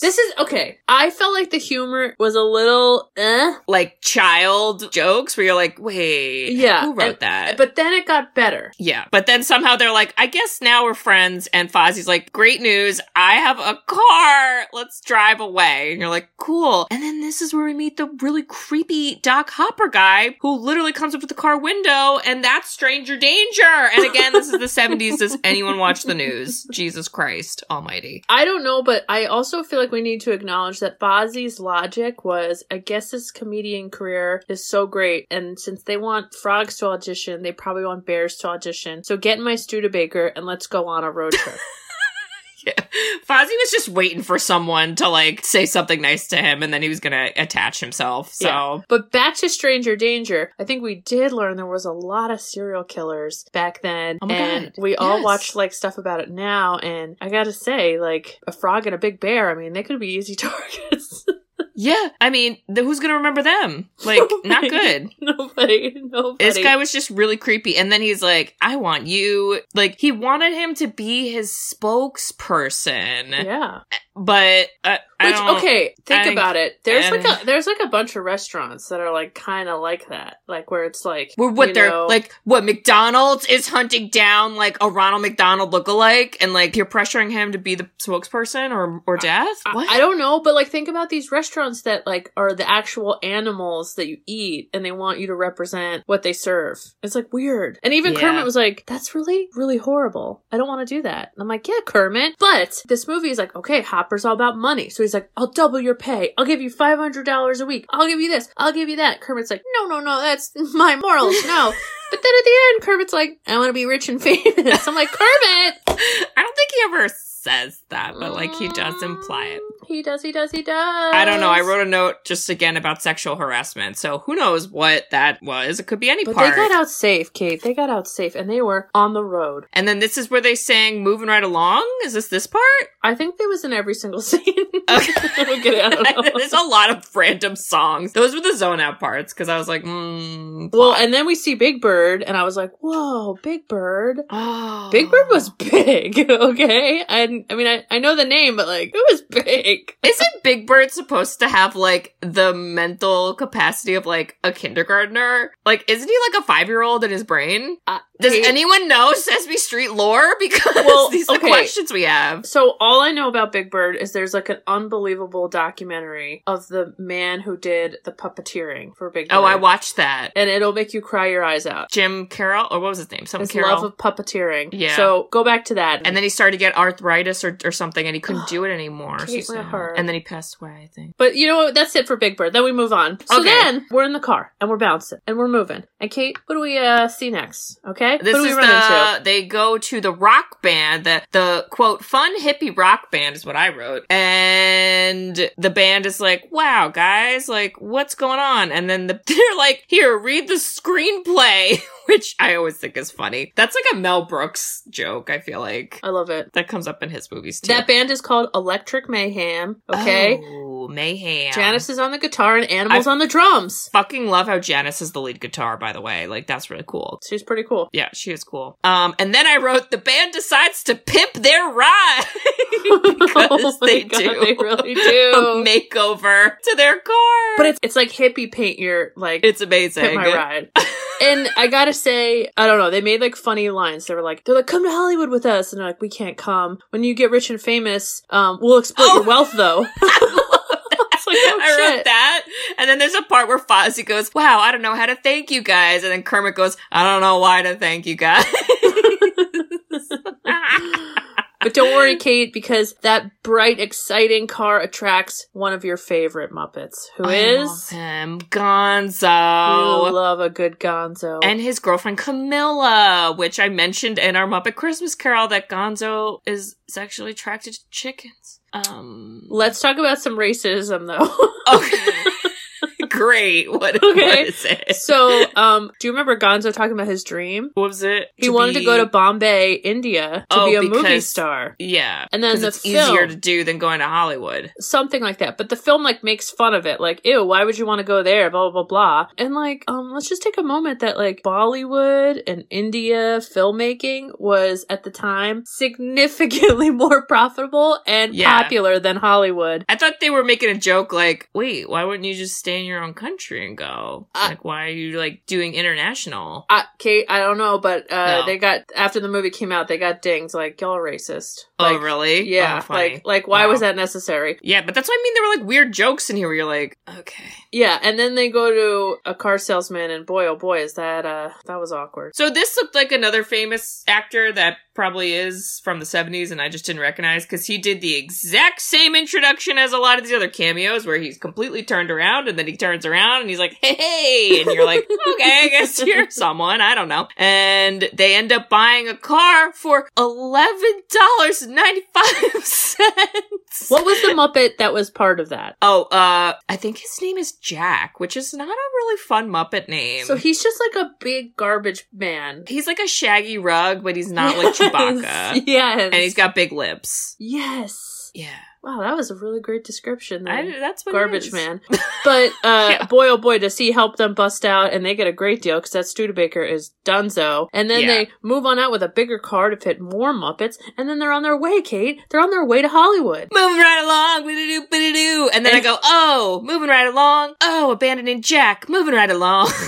Speaker 1: This is okay. I felt like the humor was a little eh.
Speaker 2: like child old jokes where you're like, wait,
Speaker 1: Yeah,
Speaker 2: who wrote
Speaker 1: and-
Speaker 2: that?
Speaker 1: But then it got better.
Speaker 2: yeah, but then somehow they're like, I guess now we're friends. And Fozzie's like, great news, I have a car. Let's drive away. And you're like, cool. And then this is where we meet the really creepy Doc Hopper guy who literally comes up to the car window, and that's Stranger Danger. And again, this is the 70s. Does anyone watch the news? Jesus Christ Almighty.
Speaker 1: I don't know, but I also feel like we need to acknowledge that Fozzie's logic was I guess this comedian career is so great, and since they want frogs to audition, they probably want bears to audition. So get in my Studebaker and let's go on a road trip.
Speaker 2: Yeah. Fozzie was just waiting for someone to like say something nice to him and then he was gonna attach himself. So
Speaker 1: Yeah. But back to Stranger Danger, I think we did learn there was a lot of serial killers back then.
Speaker 2: Oh my
Speaker 1: and
Speaker 2: God,
Speaker 1: we all
Speaker 2: yes.
Speaker 1: watch like stuff about it now. And I gotta say, like a frog and a big bear, I mean, they could be easy targets.
Speaker 2: Yeah, I mean, th- who's gonna remember them? Like, not good.
Speaker 1: nobody, nobody.
Speaker 2: This guy was just really creepy, and then he's like, "I want you." Like, he wanted him to be his spokesperson,
Speaker 1: yeah.
Speaker 2: but uh, I
Speaker 1: Which
Speaker 2: don't.
Speaker 1: okay, think
Speaker 2: I-
Speaker 1: about it. There's
Speaker 2: I-
Speaker 1: like a there's like a bunch of restaurants that are like kind of like that, like where it's like
Speaker 2: Well, what
Speaker 1: you
Speaker 2: they're
Speaker 1: know-
Speaker 2: like, what McDonald's is hunting down like a Ronald McDonald lookalike, and like you're pressuring him to be the spokesperson or or death.
Speaker 1: I-
Speaker 2: What?
Speaker 1: I don't know, but like think about these restaurants that like are the actual animals that you eat and they want you to represent what they serve. It's like weird. And even
Speaker 2: Yeah.
Speaker 1: Kermit was like, That's really, really horrible. I don't want to do that. And I'm like, Yeah, Kermit. But this movie is like, okay, Hopper's all about money. So he's like, I'll double your pay. I'll give you five hundred dollars a week. I'll give you this. I'll give you that. Kermit's like, No, no, no, that's my morals, no. But then at the end, Kermit's like, I want to be rich and famous. I'm like, Kermit,
Speaker 2: I don't think he ever says that, but like he does imply it.
Speaker 1: He does, he does, he does.
Speaker 2: I don't know. I wrote a note just again about sexual harassment. So who knows what that was? It could be any
Speaker 1: But
Speaker 2: part.
Speaker 1: they got out safe, Kate. They got out safe and they were on the road.
Speaker 2: and then this is where they sang "Moving Right Along." Is this this part?
Speaker 1: I think they was in every single scene.
Speaker 2: Okay.
Speaker 1: I don't get it. I don't know.
Speaker 2: There's a lot of random songs. Those were the zone out parts because I was like, mm,
Speaker 1: Well, and then we see Big Bird, and I was like, whoa, Big Bird.
Speaker 2: oh.
Speaker 1: Big Bird was big, okay? And I mean, I, I know the name, but like, it was big.
Speaker 2: Isn't Big Bird supposed to have like the mental capacity of like a kindergartner? Like, isn't he like a five year old in his brain?
Speaker 1: Uh,
Speaker 2: Does
Speaker 1: Kate-
Speaker 2: anyone know Sesame Street lore? Because
Speaker 1: Well,
Speaker 2: these are the
Speaker 1: okay.
Speaker 2: questions we have.
Speaker 1: So all I know about Big Bird is there's like an unbelievable documentary of the man who did the puppeteering for Big Bird.
Speaker 2: Oh, I watched that.
Speaker 1: And it'll make you cry your eyes out.
Speaker 2: Jim Carroll, or what was his name? Some
Speaker 1: His
Speaker 2: Carroll.
Speaker 1: love of puppeteering.
Speaker 2: Oh, Yeah.
Speaker 1: So go back to that.
Speaker 2: and then he started to get arthritis or, or something, and he couldn't do it anymore. So
Speaker 1: Kate, my
Speaker 2: sad.
Speaker 1: heart.
Speaker 2: And then he passed away, I think.
Speaker 1: But you know what? That's it for Big Bird. Then we move on. So
Speaker 2: Okay.
Speaker 1: then we're in the car and we're bouncing and we're moving. And Kate, what do we uh, see next? Okay,
Speaker 2: This
Speaker 1: what do we
Speaker 2: is the they go to the rock band, the the quote fun hippie rock band is what I wrote, and the band is like, "Wow, guys, like what's going on?" And then the, they're like, "Here, read the screenplay," which I always think is funny. That's like a Mel Brooks joke. I feel like
Speaker 1: I love it.
Speaker 2: that comes up in his movies too.
Speaker 1: That band is called Electric Mayhem. Okay,
Speaker 2: Oh, mayhem.
Speaker 1: Janice is on the guitar and Animals on the drums.
Speaker 2: fucking love how Janice is the lead guitar, by the way. Like, that's really cool.
Speaker 1: She's pretty cool.
Speaker 2: Yeah, she is cool. Um, and then I wrote the band decides to pimp their ride because
Speaker 1: Oh my
Speaker 2: they
Speaker 1: God,
Speaker 2: do
Speaker 1: they really
Speaker 2: a
Speaker 1: do.
Speaker 2: makeover to their car.
Speaker 1: But it's it's like hippie paint your like
Speaker 2: it's amazing.
Speaker 1: Pimp my ride. and I gotta say, I don't know, they made like funny lines. They were like, they're like, come to Hollywood with us. And they're like, we can't come. When you get rich and famous, um, we'll exploit
Speaker 2: Oh.
Speaker 1: your wealth though. It's like, oh,
Speaker 2: I wrote
Speaker 1: shit.
Speaker 2: that. And then there's a part where Fozzie goes, Wow, I don't know how to thank you guys. And then Kermit goes, I don't know why to thank you guys.
Speaker 1: But don't worry, Kate, because that bright, exciting car attracts one of your favorite Muppets, who
Speaker 2: I
Speaker 1: is.
Speaker 2: love him?
Speaker 1: You
Speaker 2: Gonzo.
Speaker 1: love a good gonzo.
Speaker 2: and his girlfriend Camilla, which I mentioned in our Muppet Christmas Carol that Gonzo is sexually attracted to chickens. Um,
Speaker 1: let's talk about some racism though.
Speaker 2: okay, great. What, what
Speaker 1: Okay.
Speaker 2: is it?
Speaker 1: so, um, do you remember Gonzo talking about his dream?
Speaker 2: what was it?
Speaker 1: He wanted to
Speaker 2: be-
Speaker 1: go to Bombay, India, to
Speaker 2: Oh,
Speaker 1: be a movie
Speaker 2: because-
Speaker 1: star.
Speaker 2: yeah,
Speaker 1: And then
Speaker 2: 'cause
Speaker 1: the
Speaker 2: it's
Speaker 1: film,
Speaker 2: easier to do than going to Hollywood.
Speaker 1: something like that. But the film like makes fun of it, like, ew, why would you want to go there? Blah blah blah blah. And like, um, let's just take a moment that like Bollywood and India filmmaking was at the time significantly more profitable and
Speaker 2: Yeah.
Speaker 1: popular than Hollywood.
Speaker 2: I thought they were making a joke like, wait, why wouldn't you just stay in your own own country and go?
Speaker 1: Uh,
Speaker 2: like, why are you like doing international?
Speaker 1: Uh, Kate, I don't know, but uh,
Speaker 2: No.
Speaker 1: they got after the movie came out, they got dinged like y'all racist.
Speaker 2: oh,
Speaker 1: Like,
Speaker 2: really?
Speaker 1: Yeah,
Speaker 2: Oh, funny.
Speaker 1: like like why
Speaker 2: Wow.
Speaker 1: was that necessary?
Speaker 2: yeah, but that's what I mean. There were like weird jokes in here where you're like, okay.
Speaker 1: Yeah, and then they go to a car salesman, and boy, oh boy, is that uh that was awkward.
Speaker 2: So this looked like another famous actor that probably is from the 70s and I just didn't recognize because he did the exact same introduction as a lot of these other cameos where he's completely turned around and then he turns around and he's like, hey, hey, and you're like, okay, I guess you're someone, I don't know. And they end up buying a car for $11.95.
Speaker 1: What was the Muppet that was part of that?
Speaker 2: Oh, uh, I think his name is Jack, which is not a really fun Muppet name.
Speaker 1: So he's just like a big garbage man,
Speaker 2: He's like a shaggy rug, but he's not like Chewbacca.
Speaker 1: Yes,
Speaker 2: And he's got big lips.
Speaker 1: yes.
Speaker 2: Yeah.
Speaker 1: Wow, that was a really great description. there.
Speaker 2: I, that's what it
Speaker 1: garbage
Speaker 2: is.
Speaker 1: man. But uh,
Speaker 2: Yeah.
Speaker 1: boy, oh boy, does he help them bust out, and they get a great deal because that Studebaker is Dunzo. And then
Speaker 2: Yeah.
Speaker 1: they move on out with a bigger car to fit more Muppets, and then they're on their way, Kate. They're on their way to Hollywood.
Speaker 2: Moving right along, bididoo, bididoo. And then I go, oh, moving right along. Oh, abandoning Jack, moving right along.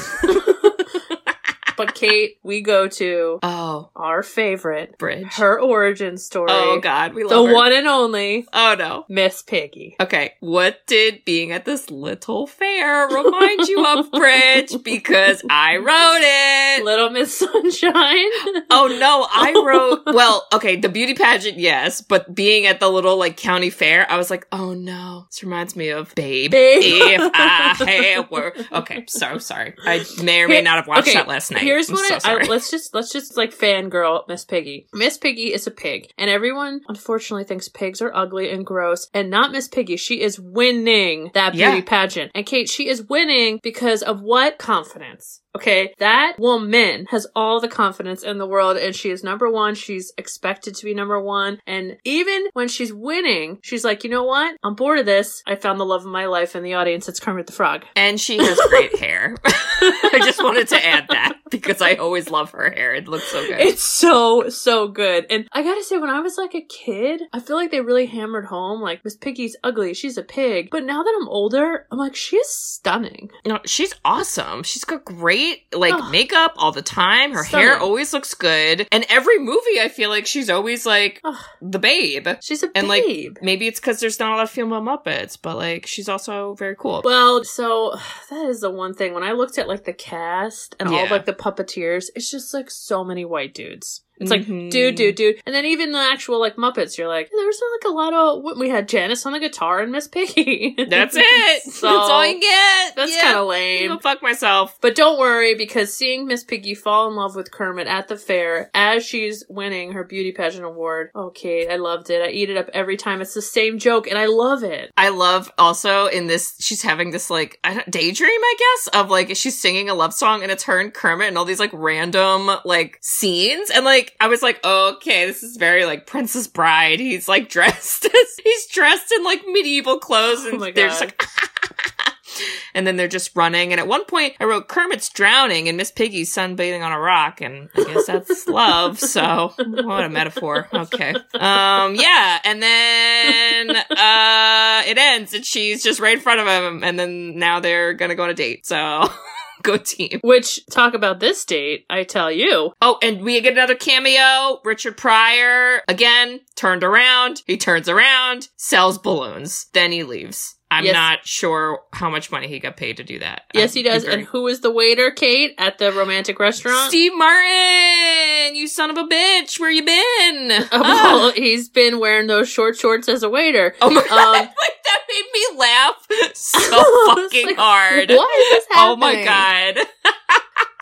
Speaker 1: But Kate, we go to
Speaker 2: oh,
Speaker 1: our favorite,
Speaker 2: bridge.
Speaker 1: her origin story.
Speaker 2: oh, God, we
Speaker 1: the
Speaker 2: love her.
Speaker 1: one and only
Speaker 2: Oh, no.
Speaker 1: Miss Piggy.
Speaker 2: Okay, what did being at this little fair remind you of, Bridge? Because I wrote it.
Speaker 1: Little Miss Sunshine.
Speaker 2: Oh no, I wrote well, okay, the beauty pageant, yes, but being at the little like county fair, I was like, oh no, this reminds me of Babe.
Speaker 1: Babe.
Speaker 2: If I were okay, so sorry. I may or may not have watched
Speaker 1: Okay,
Speaker 2: that last night.
Speaker 1: Here's
Speaker 2: I'm
Speaker 1: what
Speaker 2: so
Speaker 1: I, I
Speaker 2: sorry.
Speaker 1: let's just let's just like fangirl Miss Piggy. Miss Piggy is a pig, and everyone unfortunately thinks pigs are ugly and gross. And not Miss Piggy. She is winning that beauty
Speaker 2: Yeah.
Speaker 1: pageant. And Kate, she is winning because of what confidence? Okay, that woman has all the confidence in the world, and she is number one. She's expected to be number one, and even when she's winning, she's like, you know what? I'm bored of this. I found the love of my life in the audience. It's Kermit the Frog.
Speaker 2: and she has great hair. I just wanted to add that because I always love her hair. It looks so good.
Speaker 1: It's so, so good. And I gotta say, when I was like a kid, I feel like they really hammered home, like, Miss Piggy's ugly, she's a pig. But now that I'm older, I'm like, she is stunning.
Speaker 2: No, she's awesome. She's got great like
Speaker 1: Ugh.
Speaker 2: makeup all the time. Her hair
Speaker 1: Stunning.
Speaker 2: always looks good. And every movie I feel like she's always like
Speaker 1: Ugh.
Speaker 2: the babe.
Speaker 1: She's a
Speaker 2: And, like,
Speaker 1: babe.
Speaker 2: Maybe it's because there's not a lot of female Muppets, but like she's also very cool.
Speaker 1: well, so that is the one thing. When I looked at like the cast and all of,
Speaker 2: Yeah.
Speaker 1: like the puppeteers, it's just like so many white dudes. It's like
Speaker 2: Mhm.
Speaker 1: dude, dude, dude, and then even the actual like Muppets, you're like, there's like a lot of. We had Janice on the guitar and Miss Piggy.
Speaker 2: that's it.
Speaker 1: So-
Speaker 2: that's all you get.
Speaker 1: That's
Speaker 2: Yeah.
Speaker 1: kind of lame.
Speaker 2: Go fuck myself.
Speaker 1: But don't worry, because seeing Miss Piggy fall in love with Kermit at the fair as she's winning her beauty pageant award. Oh, Kate, I loved it. I eat it up every time. It's the same joke, and I love it.
Speaker 2: I love also in this she's having this like I don't, daydream I guess of like she's singing a love song and it's her and Kermit and all these like random like scenes and like I was like okay this is very like Princess Bride he's like dressed as he's dressed in like medieval clothes and
Speaker 1: Oh my
Speaker 2: they're just
Speaker 1: God.
Speaker 2: like and then they're just running and at one point I wrote Kermit's drowning and Miss Piggy's sunbathing on a rock and I guess that's love so what a metaphor okay um yeah and then uh it ends and she's just right in front of him and then now they're gonna go on a date so go team
Speaker 1: Which, talk about this date, I tell you.
Speaker 2: oh and we get another cameo richard pryor again turned around he turns around sells balloons then he leaves i'm
Speaker 1: Yes.
Speaker 2: not sure how much money he got paid to do that
Speaker 1: Yes, he
Speaker 2: I'd be
Speaker 1: does.
Speaker 2: very-
Speaker 1: And who is the waiter, Kate, at the romantic restaurant?
Speaker 2: steve martin you son of a bitch where you been
Speaker 1: Oh,
Speaker 2: Ah.
Speaker 1: well, he's been wearing those short shorts as a waiter.
Speaker 2: Oh my god,
Speaker 1: Um,
Speaker 2: like that made me laugh so
Speaker 1: It's
Speaker 2: fucking
Speaker 1: like,
Speaker 2: hard.
Speaker 1: What is
Speaker 2: Oh my
Speaker 1: happening?
Speaker 2: god.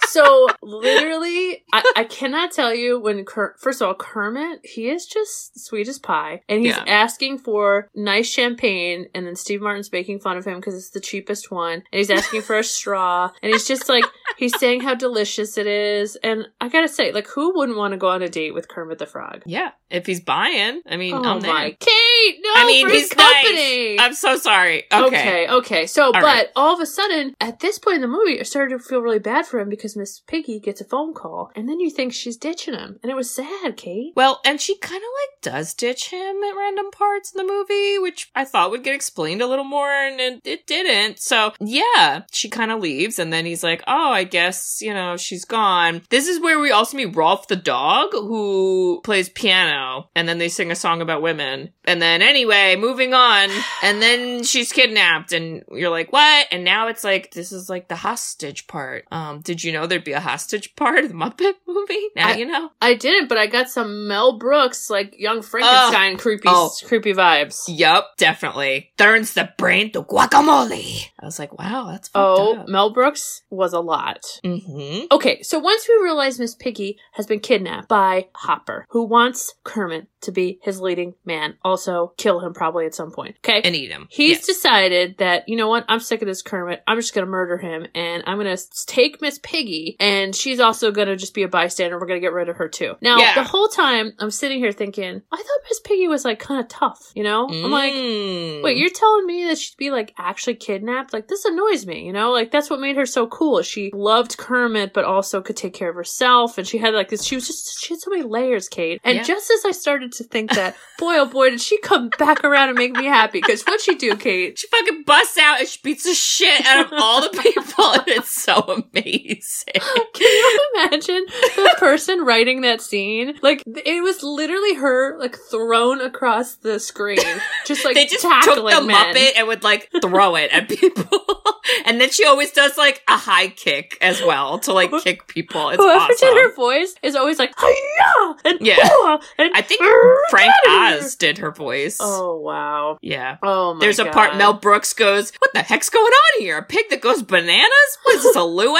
Speaker 1: so literally I, I cannot tell you when Ker- first of all kermit he is just sweet as pie and he's
Speaker 2: Yeah.
Speaker 1: asking for nice champagne and then steve martin's making fun of him because it's the cheapest one and he's asking for a straw and he's just like He's saying how delicious it is. And I gotta say, like, who wouldn't want to go on a date with Kermit the Frog?
Speaker 2: Yeah, if he's buying, I mean,
Speaker 1: oh
Speaker 2: I'm there.
Speaker 1: my Kate, no,
Speaker 2: I mean,
Speaker 1: for his
Speaker 2: he's nice.
Speaker 1: company.
Speaker 2: I'm so sorry. Okay.
Speaker 1: Okay. okay, So, but
Speaker 2: right.
Speaker 1: all of a sudden, at this point in the movie, I started to feel really bad for him because Miss Piggy gets a phone call, and then you think she's ditching him, and it was sad, Kate.
Speaker 2: Well, and she kind of like does ditch him at random parts in the movie, which I thought would get explained a little more, and it, it didn't. So, yeah, she kind of leaves, and then he's like, oh, I guess, you know, she's gone. This is where we also meet Rolf the dog, who plays piano, and then they sing a song about women. And then, anyway, moving on, and then she's kidnapped, and you're like, what? And now it's like, this is like the hostage part. Um, did you know there'd be a hostage part of the Muppet movie? Now
Speaker 1: I-
Speaker 2: you know.
Speaker 1: I didn't, but I got some Mel Brooks, like young Frankenstein, creepy,
Speaker 2: Oh.
Speaker 1: creepy vibes.
Speaker 2: Yep, definitely. Turns the brain to guacamole. I was like, wow, that's fucked
Speaker 1: Oh,
Speaker 2: up.
Speaker 1: Mel Brooks was a lot.
Speaker 2: Mm-hmm.
Speaker 1: Okay, so once we realize Miss Piggy has been kidnapped by Hopper, who wants Kermit to be his leading man, also kill him probably at some point. Okay,
Speaker 2: And eat him.
Speaker 1: He's
Speaker 2: Yes.
Speaker 1: decided that, you know what, I'm sick of this Kermit. I'm just going to murder him and I'm going to take Miss Piggy and she's also going to just be a bystander. We're going to get rid of her too. Now,
Speaker 2: Yeah.
Speaker 1: the whole time I'm sitting here thinking, I thought Miss Piggy was like kind of tough, you know? I'm like,
Speaker 2: Mm.
Speaker 1: wait, you're telling me that she'd be like actually kidnapped? Like, this annoys me, you know? Like, that's what made her so cool. She loved Kermit, but also could take care of herself. And she had like this, she was just, she had so many layers, Kate. And
Speaker 2: Yeah.
Speaker 1: just as I started to think that, boy, oh boy, did she come back around and make me happy. Cause what'd she do, Kate?
Speaker 2: She fucking busts out and she beats the shit out of all the people, and it's so amazing.
Speaker 1: Can you imagine the person writing that scene? Like th- it was literally her like thrown across the screen, just like
Speaker 2: they just took
Speaker 1: tackling
Speaker 2: the
Speaker 1: men.
Speaker 2: Muppet and would like throw it at people, and then she always does like a high kick as well to like kick people. It's
Speaker 1: Whoever
Speaker 2: awesome.
Speaker 1: did her voice is always like "Hiya!" and
Speaker 2: Yeah.
Speaker 1: "Hua!" and
Speaker 2: I think
Speaker 1: "Arr,
Speaker 2: Frank
Speaker 1: get outta here."
Speaker 2: Oz did her voice.
Speaker 1: Oh wow!
Speaker 2: Yeah.
Speaker 1: Oh my
Speaker 2: There's a
Speaker 1: God.
Speaker 2: part Mel Brooks goes, "What the heck's going on here? A pig that goes bananas? What is this a luau?"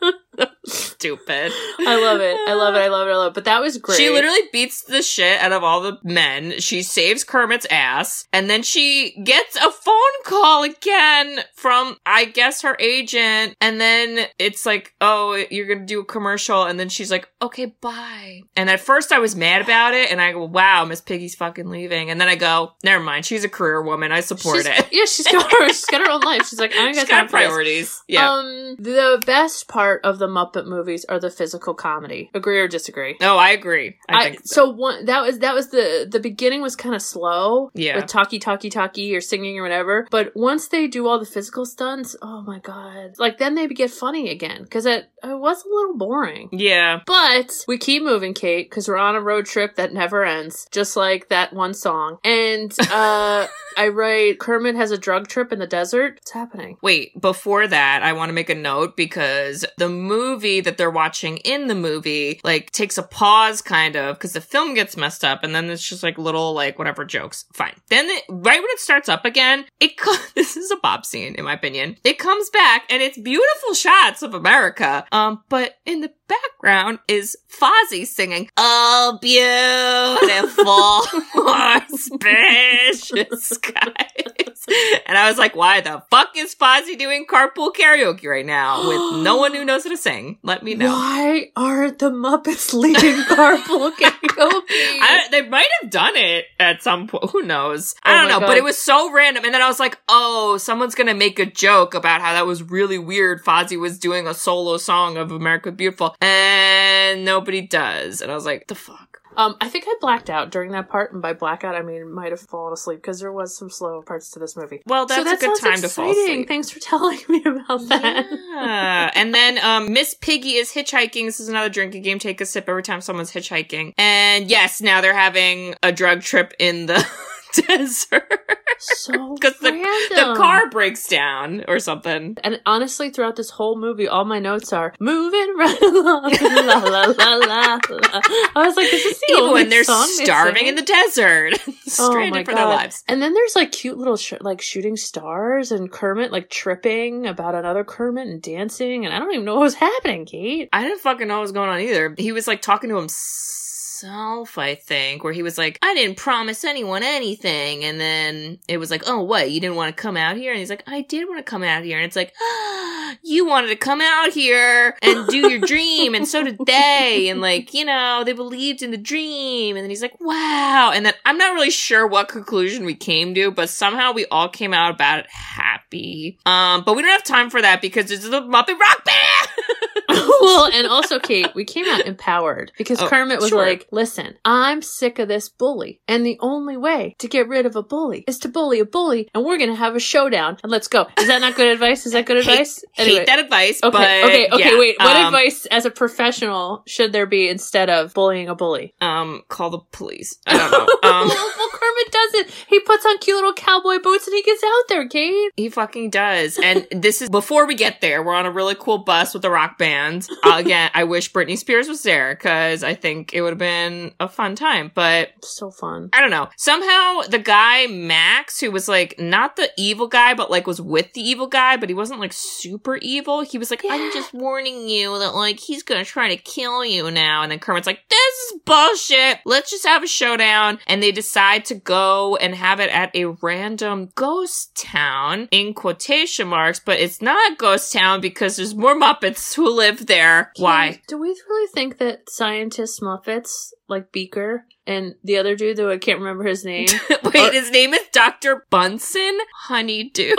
Speaker 2: Stupid.
Speaker 1: I love it. I love it. I love it. I love it. But that was great.
Speaker 2: She literally beats the shit out of all the men. She saves Kermit's ass, and then she gets a phone call again from, I guess, her agent. And then it's like, "Oh, you're gonna do a commercial," and then she's like, "Okay, bye." And at first, I was mad about it, and I go, "Wow, Miss Piggy's fucking leaving." And then I go, "Never mind. She's a career woman. I support
Speaker 1: She's-
Speaker 2: it."
Speaker 1: Yeah, she's got her. She's got her own life. She's like, I don't
Speaker 2: She's
Speaker 1: got time
Speaker 2: got
Speaker 1: for this.
Speaker 2: priorities. Yeah.
Speaker 1: Um, the best part of the Muppet movies are the physical comedy. Agree or disagree?
Speaker 2: no, Oh, I agree. I,
Speaker 1: I,
Speaker 2: think so.
Speaker 1: so one that was that was the the beginning was kind of slow
Speaker 2: Yeah.
Speaker 1: with talkie talkie talkie or singing or whatever but once they do all the physical stunts oh my god like then they get funny again because it, it was a little boring
Speaker 2: Yeah.
Speaker 1: but we keep moving kate because we're on a road trip that never ends just like that one song and uh i write kermit has a drug trip in the desert it's happening
Speaker 2: Wait, before that, I want to make a note because the movie that they're watching in the movie, like, takes a pause kind of because the film gets messed up and then it's just like little, like, whatever jokes. Fine. Then, it, right when it starts up again, it co- this is a Bob scene, in my opinion. It comes back and it's beautiful shots of America. Um, but in the background is Fozzie singing, Oh, beautiful spacious skies. And I was like, why the fuck is Fozzie doing carpool karaoke right now with no one who knows how to sing? Let me know.
Speaker 1: why aren't the muppets leading carpool karaoke
Speaker 2: I, they might have done it at some point. Who knows?
Speaker 1: Oh
Speaker 2: I don't
Speaker 1: my
Speaker 2: know.
Speaker 1: God.
Speaker 2: But it was so random. And then I was like, oh, someone's going to make a joke about how that was really weird. Fozzie was doing a solo song of America Beautiful. And nobody does. And I was like, the fuck?
Speaker 1: Um, I think I blacked out during that part, and by blackout I mean might have fallen asleep because there was some slow parts to this movie.
Speaker 2: Well, that's
Speaker 1: so that
Speaker 2: a good
Speaker 1: sounds
Speaker 2: time to fall
Speaker 1: exciting.
Speaker 2: asleep.
Speaker 1: Thanks for telling me about that.
Speaker 2: Yeah. and then um, Miss Piggy is hitchhiking. This is another drinking game. Take a sip every time someone's hitchhiking. And yes, now they're having a drug trip in the desert
Speaker 1: so
Speaker 2: because the, the
Speaker 1: random.
Speaker 2: car breaks down or something.
Speaker 1: And honestly, throughout this whole movie, all my notes are moving right along. la, la, la, la, la. I was like, this is the
Speaker 2: Even
Speaker 1: only
Speaker 2: when they're
Speaker 1: song Oh they
Speaker 2: starving
Speaker 1: sing?
Speaker 2: in the desert, stranded for their lives.
Speaker 1: And then there's like cute little sh- like shooting stars and Kermit like tripping about another Kermit and dancing, and I don't even know what was happening, Kate.
Speaker 2: I didn't fucking know what was going on either. He was like talking to himself. himself, I think, where he was like, I didn't promise anyone anything. And then it was like, oh, what? You didn't want to come out here? And he's like, I did want to come out here. And it's like, you wanted to come out here and do your dream. And so did they. And like, you know, they believed in the dream. And then he's like, wow. And then I'm not really sure what conclusion we came to, but somehow we all came out about it happy. Um, but we don't have time for that because it's the Muppet Rock Band.
Speaker 1: well, and also, Kate, we came out empowered because
Speaker 2: Oh,
Speaker 1: Kermit was
Speaker 2: sure.
Speaker 1: like, listen, I'm sick of this bully. And the only way to get rid of a bully is to bully a bully, and we're going to have a showdown and let's go. Is that not good advice? Is that good
Speaker 2: Hate-
Speaker 1: advice?
Speaker 2: Hate that advice.
Speaker 1: Okay,
Speaker 2: but
Speaker 1: okay, okay,
Speaker 2: yeah.
Speaker 1: wait. What
Speaker 2: Um,
Speaker 1: advice as a professional should there be instead of bullying a bully?
Speaker 2: Um, call the police. I don't know. Um,
Speaker 1: well, well, Kermit does it. He puts on cute little cowboy boots and he gets out there, Kate.
Speaker 2: he fucking does. And this is before we get there. We're on a really cool bus with a rock band. Again, I wish Britney Spears was there because I think it would have been a fun time. But
Speaker 1: So fun.
Speaker 2: I don't know. Somehow the guy Max, who was like not the evil guy, but like was with the evil guy, but he wasn't like super evil. He was like, I'm
Speaker 1: Yeah.
Speaker 2: just warning you that like he's gonna try to kill you now. And then Kermit's like, this is bullshit. Let's just have a showdown. And they decide to go and have it at a random ghost town in quotation marks, but it's not a ghost town because there's more Muppets who live there. Why?
Speaker 1: Do we really think that scientist Muppets like Beaker and the other dude though I can't remember his name?
Speaker 2: Wait, his name is Dr. Bunsen Honeydew.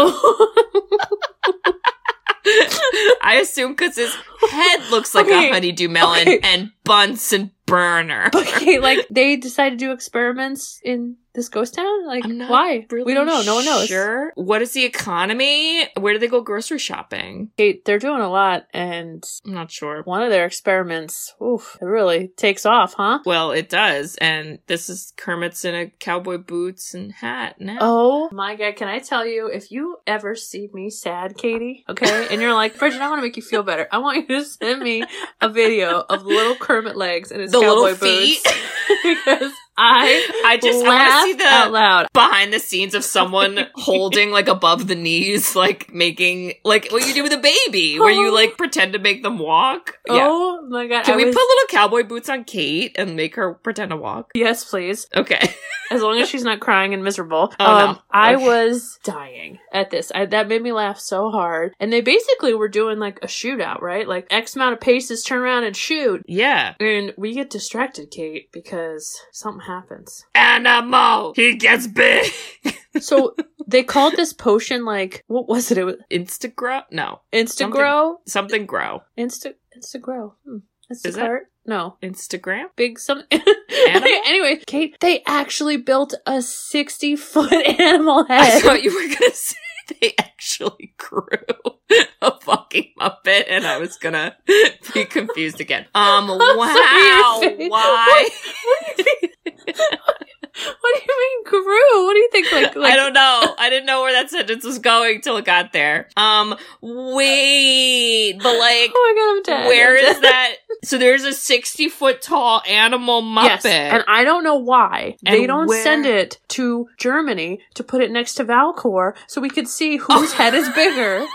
Speaker 2: I assume because his head looks like
Speaker 1: Okay,
Speaker 2: a honeydew melon
Speaker 1: okay.
Speaker 2: and Bunsen burner.
Speaker 1: okay, like they decided to do experiments in this ghost town. Like
Speaker 2: I'm not
Speaker 1: why? we don't know. No one knows.
Speaker 2: Sure. What is the economy? Where do they go grocery shopping?
Speaker 1: Kate, they're doing a lot, and
Speaker 2: I'm not sure.
Speaker 1: one of their experiments, oof, it really takes off, huh?
Speaker 2: Well, it does. And this is Kermit's in a cowboy boots and hat now.
Speaker 1: Oh my god, can I tell you, if you ever see me sad, Katie, okay, and you're like, Bridget, I want to make you feel better. I want you to send me a video of little Kermit legs and his
Speaker 2: the
Speaker 1: cowboy
Speaker 2: little feet.
Speaker 1: boots. because I
Speaker 2: I just I
Speaker 1: laughed
Speaker 2: want to see
Speaker 1: out
Speaker 2: the
Speaker 1: loud.
Speaker 2: behind the scenes of someone holding like above the knees, like making like what you do with a baby, where you like pretend to make them walk.
Speaker 1: Oh my god.
Speaker 2: Can
Speaker 1: I
Speaker 2: we
Speaker 1: was-
Speaker 2: put little cowboy boots on Kate and make her pretend to walk?
Speaker 1: Yes, please.
Speaker 2: Okay.
Speaker 1: As long as she's not crying and miserable. Um,
Speaker 2: Oh, no.
Speaker 1: I
Speaker 2: Okay.
Speaker 1: was dying at this. I, that made me laugh so hard. And they basically were doing like a shootout, right? Like X amount of paces, turn around and shoot.
Speaker 2: Yeah.
Speaker 1: And we get distracted, Kate, because something happens.
Speaker 2: Animal. He gets big.
Speaker 1: So they called this potion like what was it? It was
Speaker 2: Instagrow? No.
Speaker 1: Instagrow.
Speaker 2: Something grow.
Speaker 1: Insta Instagrow. Hmm.
Speaker 2: it?
Speaker 1: Instacart? No.
Speaker 2: Instagram?
Speaker 1: big some
Speaker 2: Animal?
Speaker 1: anyway kate they actually built a 60 foot animal
Speaker 2: I
Speaker 1: head
Speaker 2: thought you were gonna say they actually grew a fucking Muppet and I was gonna be confused again. Um
Speaker 1: I'm
Speaker 2: wow.
Speaker 1: sorry, your face-
Speaker 2: Why?
Speaker 1: what do you mean grew what do you think like, like
Speaker 2: I don't know. I didn't know where that sentence was going till it got there. Um wait, but like
Speaker 1: oh my god i'm dead
Speaker 2: Where
Speaker 1: I'm
Speaker 2: is
Speaker 1: dead.
Speaker 2: that? So there's a 60 foot tall animal Muppet.
Speaker 1: Yes, and I don't know why
Speaker 2: And
Speaker 1: they don't
Speaker 2: where-
Speaker 1: send it to Germany to put it next to Valcor so we could see whose head is bigger.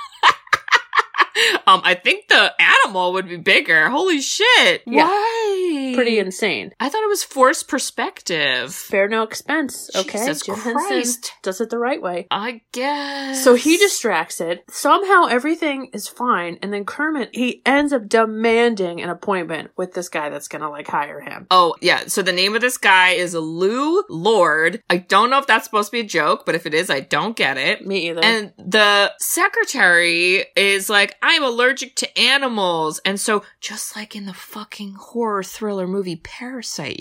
Speaker 2: um, I think the animal would be bigger. Holy shit.
Speaker 1: Yeah.
Speaker 2: Why?
Speaker 1: Pretty insane.
Speaker 2: I thought it was forced perspective.
Speaker 1: Spare no expense. Okay,
Speaker 2: Jesus
Speaker 1: Jim Henson
Speaker 2: Christ.
Speaker 1: does it the right way.
Speaker 2: I guess.
Speaker 1: So he distracts it. Somehow everything is fine, and then Kermit he ends up demanding an appointment with this guy that's gonna like hire him.
Speaker 2: Oh, yeah. So the name of this guy is Lou Lord. I don't know if that's supposed to be a joke, but if it is, I don't get it.
Speaker 1: Me either.
Speaker 2: And the secretary is like, I'm allergic to animals. And so, just like in the fucking horror thriller movie Parasite,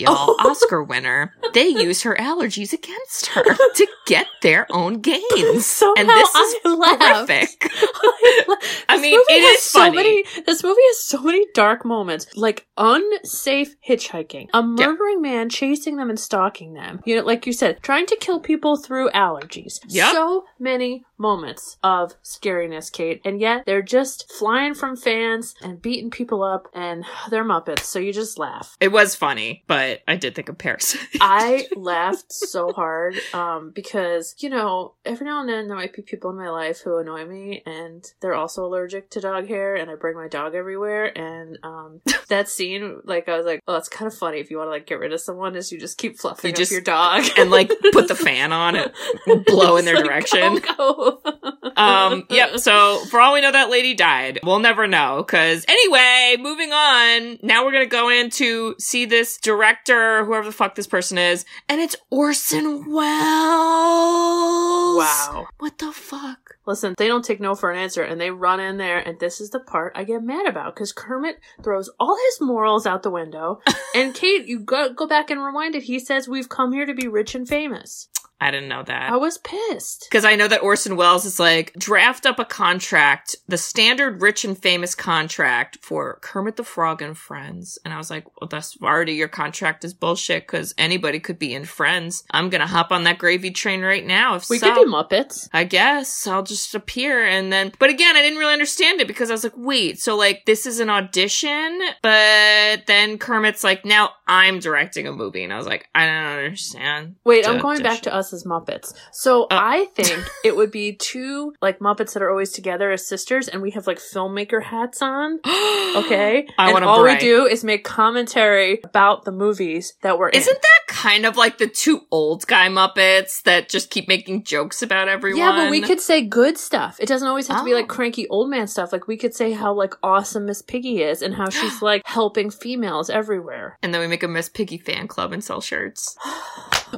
Speaker 2: y'all, Oscar winner, they use her allergies against her to get their own gains.
Speaker 1: somehow
Speaker 2: and this
Speaker 1: I
Speaker 2: is
Speaker 1: laughed.
Speaker 2: horrific. I
Speaker 1: I
Speaker 2: mean, it is
Speaker 1: so
Speaker 2: funny.
Speaker 1: Many, this movie has so many dark moments, like unsafe hitchhiking, a murdering man chasing them and stalking them. You know, like you said, trying to kill people through allergies.
Speaker 2: Yep.
Speaker 1: So many moments of scariness, Kate, and yet they're just flying from fans and beating people up, and they're Muppets, so you just laugh.
Speaker 2: It was funny, but I did think of Parasite.
Speaker 1: I laughed so hard um, because, you know, every now and then there might be people in my life who annoy me and they're also allergic allergic to dog hair and I bring my dog everywhere. And um, that scene, like, I was like, oh, it's kind of funny if you want to, like, get rid of someone, is you just keep fluffing
Speaker 2: You
Speaker 1: up
Speaker 2: just-
Speaker 1: your dog.
Speaker 2: and like put the fan on and blow in their direction.
Speaker 1: "Oh, Go,
Speaker 2: Um, yep. So for all we know, that lady died. We'll never know. Cause anyway, moving on. Now we're going to go in to see this director, whoever the fuck this person is. And it's Orson Welles.
Speaker 1: Wow.
Speaker 2: What the fuck?
Speaker 1: Listen, they don't take no for an answer and they run in there. And this is the part I get mad about because Kermit throws all his morals out the window. and Kate, you go, go back and rewind it. He says, We've come here to be rich and famous.
Speaker 2: I didn't know that.
Speaker 1: I was pissed.
Speaker 2: Because I know that Orson Welles is like, draft up a contract, the standard rich and famous contract for Kermit the Frog and Friends. And I was like, well, that's already your contract is bullshit because anybody could be in Friends. I'm going to hop on that gravy train right now. If
Speaker 1: We
Speaker 2: so,
Speaker 1: could be Muppets.
Speaker 2: I guess I'll just appear and then, but again, I didn't really understand it because I was like, wait, so like this is an audition, but then Kermit's like, now I'm directing a movie. And I was like, I don't understand.
Speaker 1: Wait, I'm
Speaker 2: the
Speaker 1: going back
Speaker 2: audition.
Speaker 1: to us as Muppets. So
Speaker 2: Uh,
Speaker 1: I think it would be two like Muppets that are always together as sisters, and we have like filmmaker hats on. Okay,
Speaker 2: I
Speaker 1: And
Speaker 2: wanna
Speaker 1: all we
Speaker 2: brag.
Speaker 1: do is make commentary about the movies that we're in.
Speaker 2: Isn't that kind of like the two old guy Muppets that just keep making jokes about everyone?
Speaker 1: Yeah, but we could say good stuff. It doesn't always have to be like
Speaker 2: Oh.
Speaker 1: cranky old man stuff. Like we could say how like awesome Miss Piggy is and how she's like helping females everywhere.
Speaker 2: And then we make a Miss Piggy fan club and sell shirts.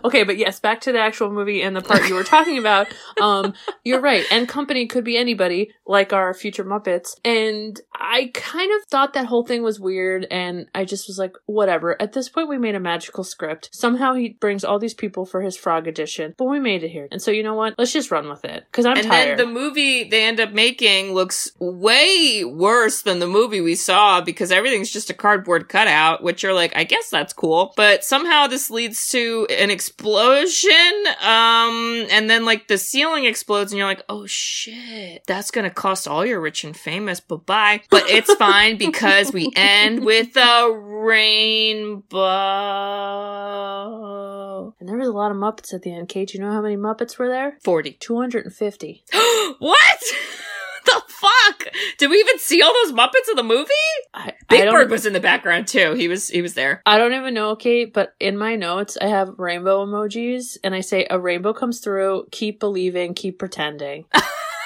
Speaker 1: Okay, but yes, back to the actual movie and the part you were talking about. Um, you're right. And company could be anybody, like our future Muppets. And I kind of thought that whole thing was weird, and I just was like, whatever. At this point, we made a magical script. Somehow he brings all these people for his frog edition, but we made it here. And so you know what? Let's just run with it because I'm
Speaker 2: and
Speaker 1: tired.
Speaker 2: then the movie they end up making looks way worse than the movie we saw because everything's just a cardboard cutout, which you're like, I guess that's cool. But somehow this leads to an explosion. Um, and then like the ceiling explodes and you're like, oh shit, that's going to cost all your rich and famous. Bye bye. But it's fine because we end with a rainbow.
Speaker 1: And there was a lot of Muppets at the end. Kate, you know how many Muppets were there?
Speaker 2: 40.
Speaker 1: 250.
Speaker 2: what? the fuck? Did we even see all those Muppets in the movie?
Speaker 1: I,
Speaker 2: Big
Speaker 1: I don't,
Speaker 2: Bird was in the background too. He was he was there.
Speaker 1: I don't even know, Kate, but in my notes, I have rainbow emojis and I say, a rainbow comes through, keep believing, keep pretending.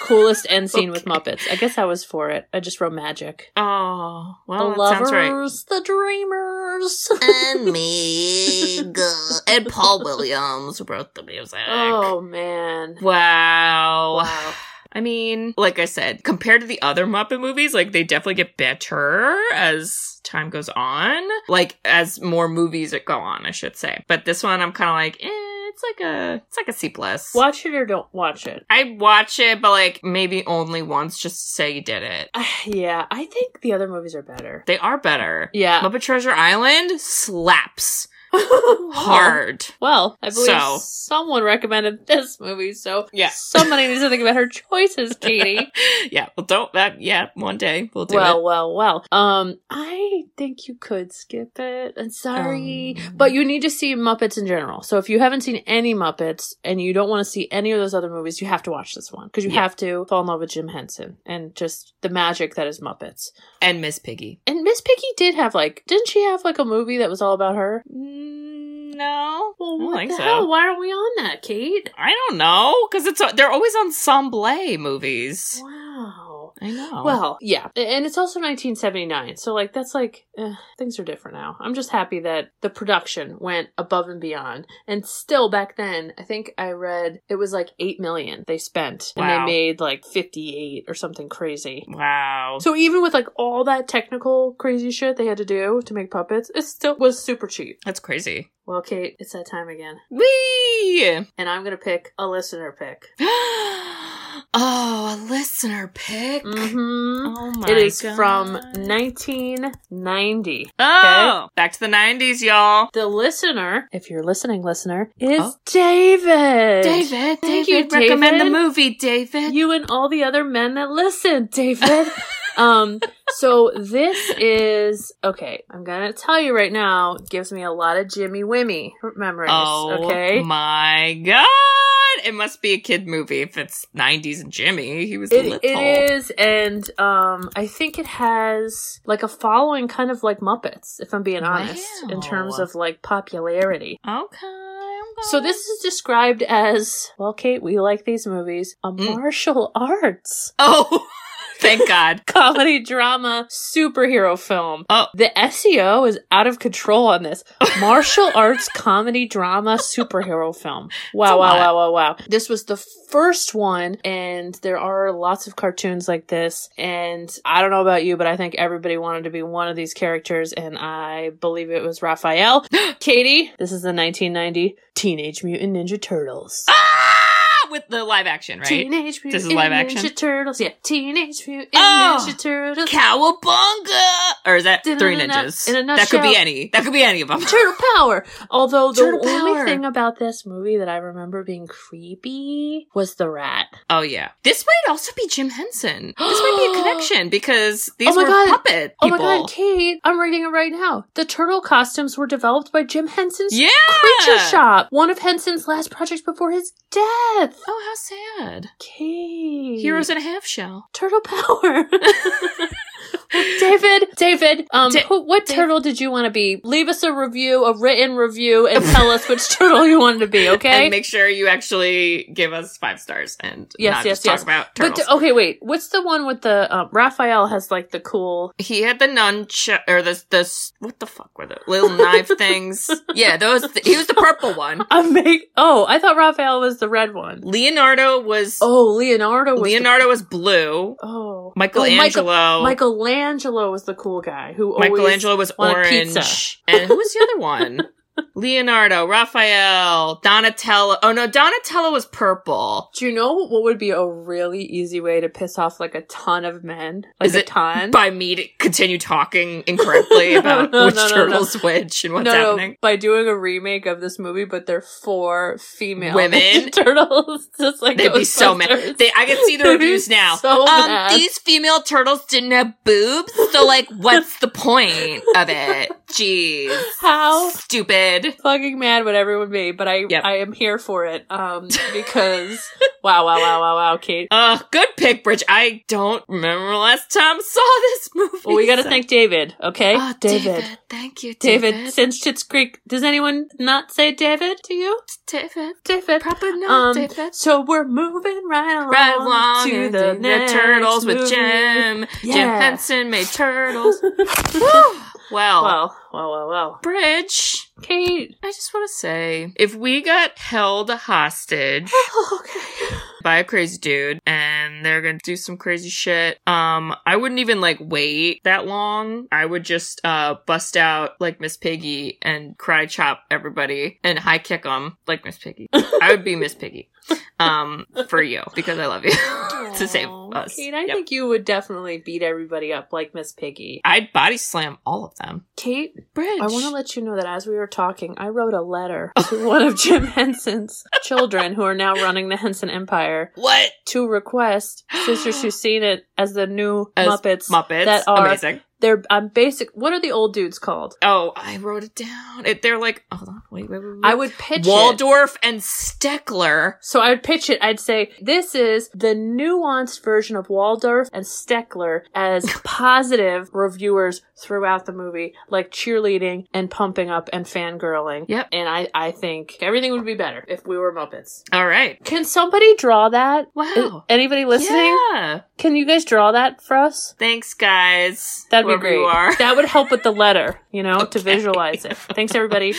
Speaker 1: Coolest end scene with Muppets. I guess I was for it. I just wrote magic.
Speaker 2: Oh, well,
Speaker 1: the
Speaker 2: that
Speaker 1: lovers,
Speaker 2: sounds right.
Speaker 1: the dreamers.
Speaker 2: And me, and Paul Williams who wrote the music.
Speaker 1: oh, man.
Speaker 2: Wow.
Speaker 1: Wow.
Speaker 2: I mean, like I said, compared to the other Muppet movies, like they definitely get better as time goes on, like as more movies go on, I should say. But this one, I'm kind of like, eh, it's like a, it's like a C plus.
Speaker 1: Watch it or don't watch it.
Speaker 2: I watch it, but like maybe only once, just to say you did it.
Speaker 1: Ah, yeah, I think the other movies are better.
Speaker 2: They are better.
Speaker 1: Yeah.
Speaker 2: Muppet Treasure Island slaps
Speaker 1: Hard.
Speaker 2: hard.
Speaker 1: Well, I believe
Speaker 2: So-
Speaker 1: someone recommended this movie, so
Speaker 2: Yeah.
Speaker 1: somebody needs to think about her choices, Katie.
Speaker 2: yeah, well, don't that. Yeah, one day we'll do
Speaker 1: well,
Speaker 2: it.
Speaker 1: well, well. Um, I think you could skip it. I'm sorry,
Speaker 2: Um.
Speaker 1: but you need to see Muppets in general. So if you haven't seen any Muppets and you don't want to see any of those other movies, you have to watch this one because you
Speaker 2: Yeah.
Speaker 1: have to fall in love with Jim Henson and just the magic that is Muppets.
Speaker 2: And Miss Piggy.
Speaker 1: And Miss Piggy did have like, didn't she have like a movie that was all about her?
Speaker 2: Mm, No,
Speaker 1: Well,
Speaker 2: I don't
Speaker 1: what
Speaker 2: think
Speaker 1: the
Speaker 2: so.
Speaker 1: hell? Why aren't we on that, Kate?
Speaker 2: I don't know because it's uh, they're always ensemble movies.
Speaker 1: Wow.
Speaker 2: I know.
Speaker 1: Well, yeah. A- And it's also 1979. So, like, that's like, eh, things are different now. I'm just happy that the production went above and beyond. And still back then, I think I read it was like 8 million they spent. And
Speaker 2: Wow.
Speaker 1: they made like 58 or something crazy.
Speaker 2: wow.
Speaker 1: So, even with like all that technical crazy shit they had to do to make puppets, it still was super cheap.
Speaker 2: That's crazy.
Speaker 1: Well, Kate, it's that time again.
Speaker 2: Wee.
Speaker 1: And I'm going to pick a listener pick.
Speaker 2: oh, a listener pick.
Speaker 1: hmm.
Speaker 2: Oh my
Speaker 1: It is
Speaker 2: God.
Speaker 1: from 1990.
Speaker 2: Oh, back to the nineties, y'all.
Speaker 1: The listener, if you're listening, listener, is
Speaker 2: Oh.
Speaker 1: David.
Speaker 2: David,
Speaker 1: Thank
Speaker 2: David,
Speaker 1: you,
Speaker 2: recommend
Speaker 1: David.
Speaker 2: the movie, David.
Speaker 1: You and all the other men that listen, David. um, so this is okay, I'm gonna tell you right now, gives me a lot of Jimmy Wimmy memories.
Speaker 2: oh
Speaker 1: okay.
Speaker 2: my god! It must be a kid movie if it's 90s and Jimmy. He was
Speaker 1: It,
Speaker 2: little.
Speaker 1: it is, and um, I think it has like a following kind of like Muppets, if I'm being honest, in terms
Speaker 2: Wow.
Speaker 1: of like popularity.
Speaker 2: Okay.
Speaker 1: So this is described as well, Kate. We like these movies. A
Speaker 2: Mm.
Speaker 1: martial arts
Speaker 2: Oh, thank God.
Speaker 1: comedy drama superhero film.
Speaker 2: Oh.
Speaker 1: The SEO is out of control on this martial arts comedy drama superhero film.
Speaker 2: It's a
Speaker 1: Wow, wow,
Speaker 2: lot.
Speaker 1: wow, wow, wow. This was the first one, and there are lots of cartoons like this. And I don't know about you, but I think everybody wanted to be one of these characters, and I believe it was Raphael. Katie, this is the 1990 Teenage Mutant Ninja Turtles.
Speaker 2: Ah! With the live action, right?
Speaker 1: Teenage Mutant
Speaker 2: This is live
Speaker 1: Ninja
Speaker 2: action?
Speaker 1: Turtles. Yeah, Teenage Mutant
Speaker 2: Oh!
Speaker 1: Ninja Turtles.
Speaker 2: Cowabunga! Or is that three
Speaker 1: In a-
Speaker 2: ninjas?
Speaker 1: in a
Speaker 2: that could be
Speaker 1: nutshell.
Speaker 2: any. That could be any of them.
Speaker 1: Turtle power. Although the
Speaker 2: Turtle
Speaker 1: only
Speaker 2: power.
Speaker 1: thing about this movie that I remember being creepy was the rat.
Speaker 2: Oh yeah. This might also be Jim Henson. This might be a connection because these
Speaker 1: Oh my
Speaker 2: were
Speaker 1: God.
Speaker 2: puppet
Speaker 1: Oh
Speaker 2: people.
Speaker 1: my god, Kate! I'm reading it right now. The turtle costumes were developed by Jim Henson's
Speaker 2: yeah.
Speaker 1: Creature Shop, one of Henson's last projects before his death.
Speaker 2: Oh how sad.
Speaker 1: Kate,
Speaker 2: Heroes in a half shell.
Speaker 1: turtle power. David, David, um,
Speaker 2: Da-
Speaker 1: who, what
Speaker 2: Dave-
Speaker 1: turtle did you want to be? Leave us a review, a written review, and tell us which turtle you wanted to be. Okay,
Speaker 2: And make sure you actually give us five stars and
Speaker 1: Yes,
Speaker 2: not
Speaker 1: yes,
Speaker 2: just talk
Speaker 1: yes.
Speaker 2: about
Speaker 1: But
Speaker 2: turtles.
Speaker 1: d- okay, wait. What's the one with the um, Raphael has like the cool?
Speaker 2: he had the nunchuck or the the s- what the fuck were the little knife things? Yeah, those. he was the purple one.
Speaker 1: I make. Oh, I thought Raphael was the red one.
Speaker 2: Leonardo was
Speaker 1: Oh, Leonardo was the-
Speaker 2: Leonardo was blue.
Speaker 1: oh,
Speaker 2: Michelangelo.
Speaker 1: Oh, Michael, Michelangelo was the cool guy who always.
Speaker 2: Michelangelo was
Speaker 1: wanted
Speaker 2: orange.
Speaker 1: pizza.
Speaker 2: And who was the other one? Leonardo, Raphael, Donatello. Oh no, Donatello was purple.
Speaker 1: Do you know what would be a really easy way to piss off like a ton of men? Like
Speaker 2: Is
Speaker 1: a
Speaker 2: it
Speaker 1: ton.
Speaker 2: By me to continue talking incorrectly
Speaker 1: No,
Speaker 2: about
Speaker 1: no,
Speaker 2: which
Speaker 1: no, no,
Speaker 2: turtle's which and what's
Speaker 1: no, no,
Speaker 2: happening.
Speaker 1: by doing a remake of this movie, but they're four female
Speaker 2: Women?
Speaker 1: turtles, just like
Speaker 2: They'd be so mad.
Speaker 1: Ghostbusters.
Speaker 2: They, I can see the
Speaker 1: They'd be
Speaker 2: reviews now.
Speaker 1: so
Speaker 2: um,
Speaker 1: mad.
Speaker 2: these female turtles didn't have boobs, so like, what's the point of it? Jeez,
Speaker 1: How
Speaker 2: stupid.
Speaker 1: fucking mad would everyone be, but I
Speaker 2: Yep.
Speaker 1: I am here for it. Um because wow wow wow wow wow Kate.
Speaker 2: Uh, good pick, Bridge. I don't remember last time I saw this movie.
Speaker 1: Well, we got to
Speaker 2: so-
Speaker 1: thank David, okay?
Speaker 2: Oh, David. Thank you,
Speaker 1: David,
Speaker 2: David.
Speaker 1: since Schitt's Creek. Does anyone not say David to you?
Speaker 2: David.
Speaker 1: David.
Speaker 2: Proper no,
Speaker 1: Um,
Speaker 2: David.
Speaker 1: So we're moving right along,
Speaker 2: Right along
Speaker 1: to
Speaker 2: and
Speaker 1: the,
Speaker 2: the,
Speaker 1: next
Speaker 2: turtles with
Speaker 1: movie.
Speaker 2: Jim. Jim
Speaker 1: Yeah.
Speaker 2: Henson made turtles. Whew. well,
Speaker 1: Well, well, well, well.
Speaker 2: Bridge.
Speaker 1: Kate.
Speaker 2: I just want to say, if we got held hostage
Speaker 1: Oh, okay.
Speaker 2: by a crazy dude and they're gonna do some crazy shit, um, I wouldn't even like wait that long. I would just uh bust out like Miss Piggy and cry chop everybody and high kick them like Miss Piggy. I would be Miss Piggy, um, for you because I love you to save
Speaker 1: Aw,
Speaker 2: us.
Speaker 1: Oh, Kate, I
Speaker 2: Yep.
Speaker 1: think you would definitely beat everybody up like Miss Piggy.
Speaker 2: I'd body slam all of them.
Speaker 1: Kate,
Speaker 2: Bridge.
Speaker 1: I want to let you know that as we were talking, I wrote a letter to one of Jim Henson's children who are now running the Henson Empire
Speaker 2: what
Speaker 1: to request Sisters Who Seen It as the new
Speaker 2: As
Speaker 1: Muppets.
Speaker 2: Muppets?
Speaker 1: that are-
Speaker 2: Amazing.
Speaker 1: They're um, basic. What are the old dudes called?
Speaker 2: Oh, I wrote it down. It, they're like, hold on, wait, wait, wait. wait.
Speaker 1: I would pitch it.
Speaker 2: Waldorf and Steckler.
Speaker 1: So I would pitch it. I'd say this is the nuanced version of Waldorf and Steckler as positive reviewers throughout the movie, like cheerleading and pumping up and fangirling.
Speaker 2: Yep.
Speaker 1: And I, I think everything would be better if we were Muppets.
Speaker 2: All right.
Speaker 1: Can somebody draw that?
Speaker 2: Wow.
Speaker 1: Anybody listening?
Speaker 2: Oh. Yeah.
Speaker 1: Can you guys draw that for us?
Speaker 2: Thanks, guys.
Speaker 1: That'd be
Speaker 2: whoever
Speaker 1: great.
Speaker 2: You are.
Speaker 1: That would help with the letter, you know, to
Speaker 2: Okay.
Speaker 1: visualize it. Thanks, everybody.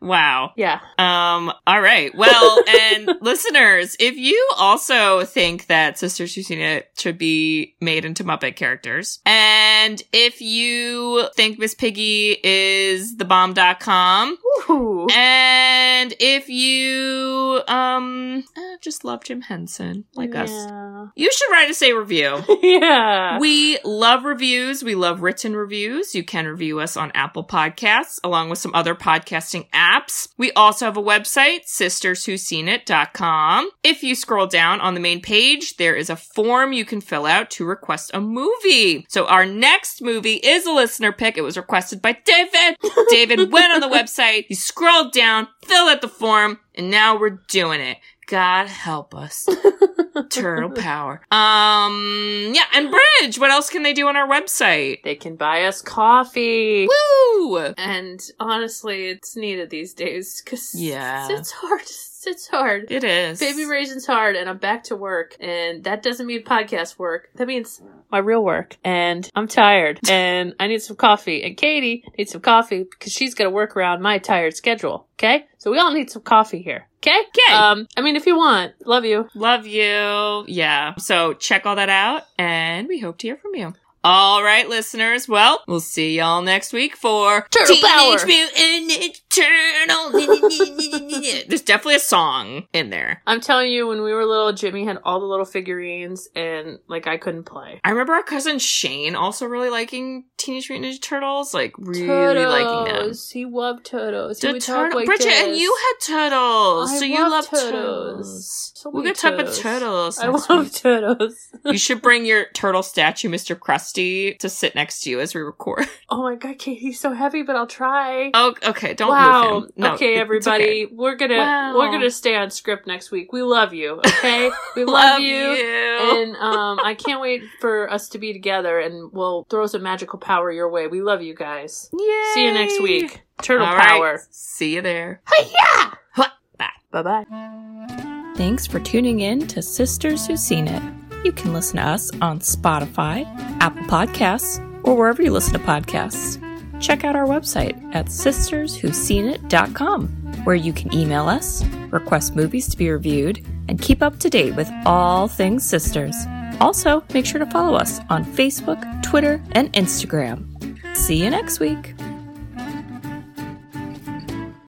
Speaker 2: Wow.
Speaker 1: Yeah.
Speaker 2: Um. All right. Well, and listeners, if you also think that Sister Susina should be made into Muppet characters, and if you think Miss Piggy is the bomb.com,
Speaker 1: Woohoo.
Speaker 2: and if you um eh, just love Jim Henson like us, you should write us a review.
Speaker 1: Yeah. yeah.
Speaker 2: We love reviews. We love written reviews. You can review us on Apple Podcasts along with some other podcasting apps. We also have a website, sisterswhoseenit.com. If you scroll down on the main page, there is a form you can fill out to request a movie. So our next movie is a listener pick. It was requested by David. David went on the website. He scrolled down, filled out the form, and now we're doing it. God help us. Turtle power. Um, yeah, and Bridge. What else can they do on our website?
Speaker 1: They can buy us coffee.
Speaker 2: Woo!
Speaker 1: And honestly, it's needed these days because
Speaker 2: Yeah.
Speaker 1: it's hard. It's hard.
Speaker 2: It is.
Speaker 1: Baby raisins hard, and I'm back to work, and that doesn't mean podcast work. That means my real work, and I'm tired, and I need some coffee, and Katie needs some coffee because she's gonna work around my tired schedule. Okay, so we all need some coffee here. Okay,
Speaker 2: Okay.
Speaker 1: Um, I mean, if you want, love you.
Speaker 2: Love you. Yeah. So check all that out and we hope to hear from you. All right, listeners. Well, we'll see y'all next week for
Speaker 1: Turtle power.
Speaker 2: Mutant Ninja Turtle. There's definitely a song in there.
Speaker 1: I'm telling you, when we were little, Jimmy had all the little figurines, and like I couldn't play.
Speaker 2: I remember our cousin Shane also really liking Teenage Mutant Ninja Turtles, like really liking them.
Speaker 1: Turtles. He loved turtles. He
Speaker 2: The
Speaker 1: would talk
Speaker 2: turtle,
Speaker 1: like
Speaker 2: Bridget, and
Speaker 1: this.
Speaker 2: you had turtles,
Speaker 1: I
Speaker 2: so you
Speaker 1: love
Speaker 2: love turtles.
Speaker 1: turtles. So
Speaker 2: We're
Speaker 1: many
Speaker 2: gonna talk about
Speaker 1: turtles.
Speaker 2: turtles.
Speaker 1: I
Speaker 2: next
Speaker 1: love
Speaker 2: week.
Speaker 1: turtles.
Speaker 2: you should bring your turtle statue, Mr. Krusty, to sit next to you as we record.
Speaker 1: Oh my god, Katie, he's so heavy, but I'll try.
Speaker 2: Oh, okay. Don't
Speaker 1: wow.
Speaker 2: move him. No,
Speaker 1: okay,
Speaker 2: it's
Speaker 1: everybody,
Speaker 2: okay.
Speaker 1: we're gonna
Speaker 2: Wow.
Speaker 1: we're gonna stay on script next week. We love you. Okay, we love, you. And um, I can't wait for us to be together, and we'll throw some magical power your way. We love you guys.
Speaker 2: Yay.
Speaker 1: See you next week. Turtle
Speaker 2: All right.
Speaker 1: power.
Speaker 2: See you there.
Speaker 1: Bye bye.
Speaker 2: Thanks for tuning in to Sisters Who Seen It. You can listen to us on Spotify, Apple Podcasts, or wherever you listen to podcasts. Check out our website at sisterswhoseenit.com, where you can email us, request movies to be reviewed, and keep up to date with all things sisters. Also, make sure to follow us on Facebook, Twitter, and Instagram. See you next week.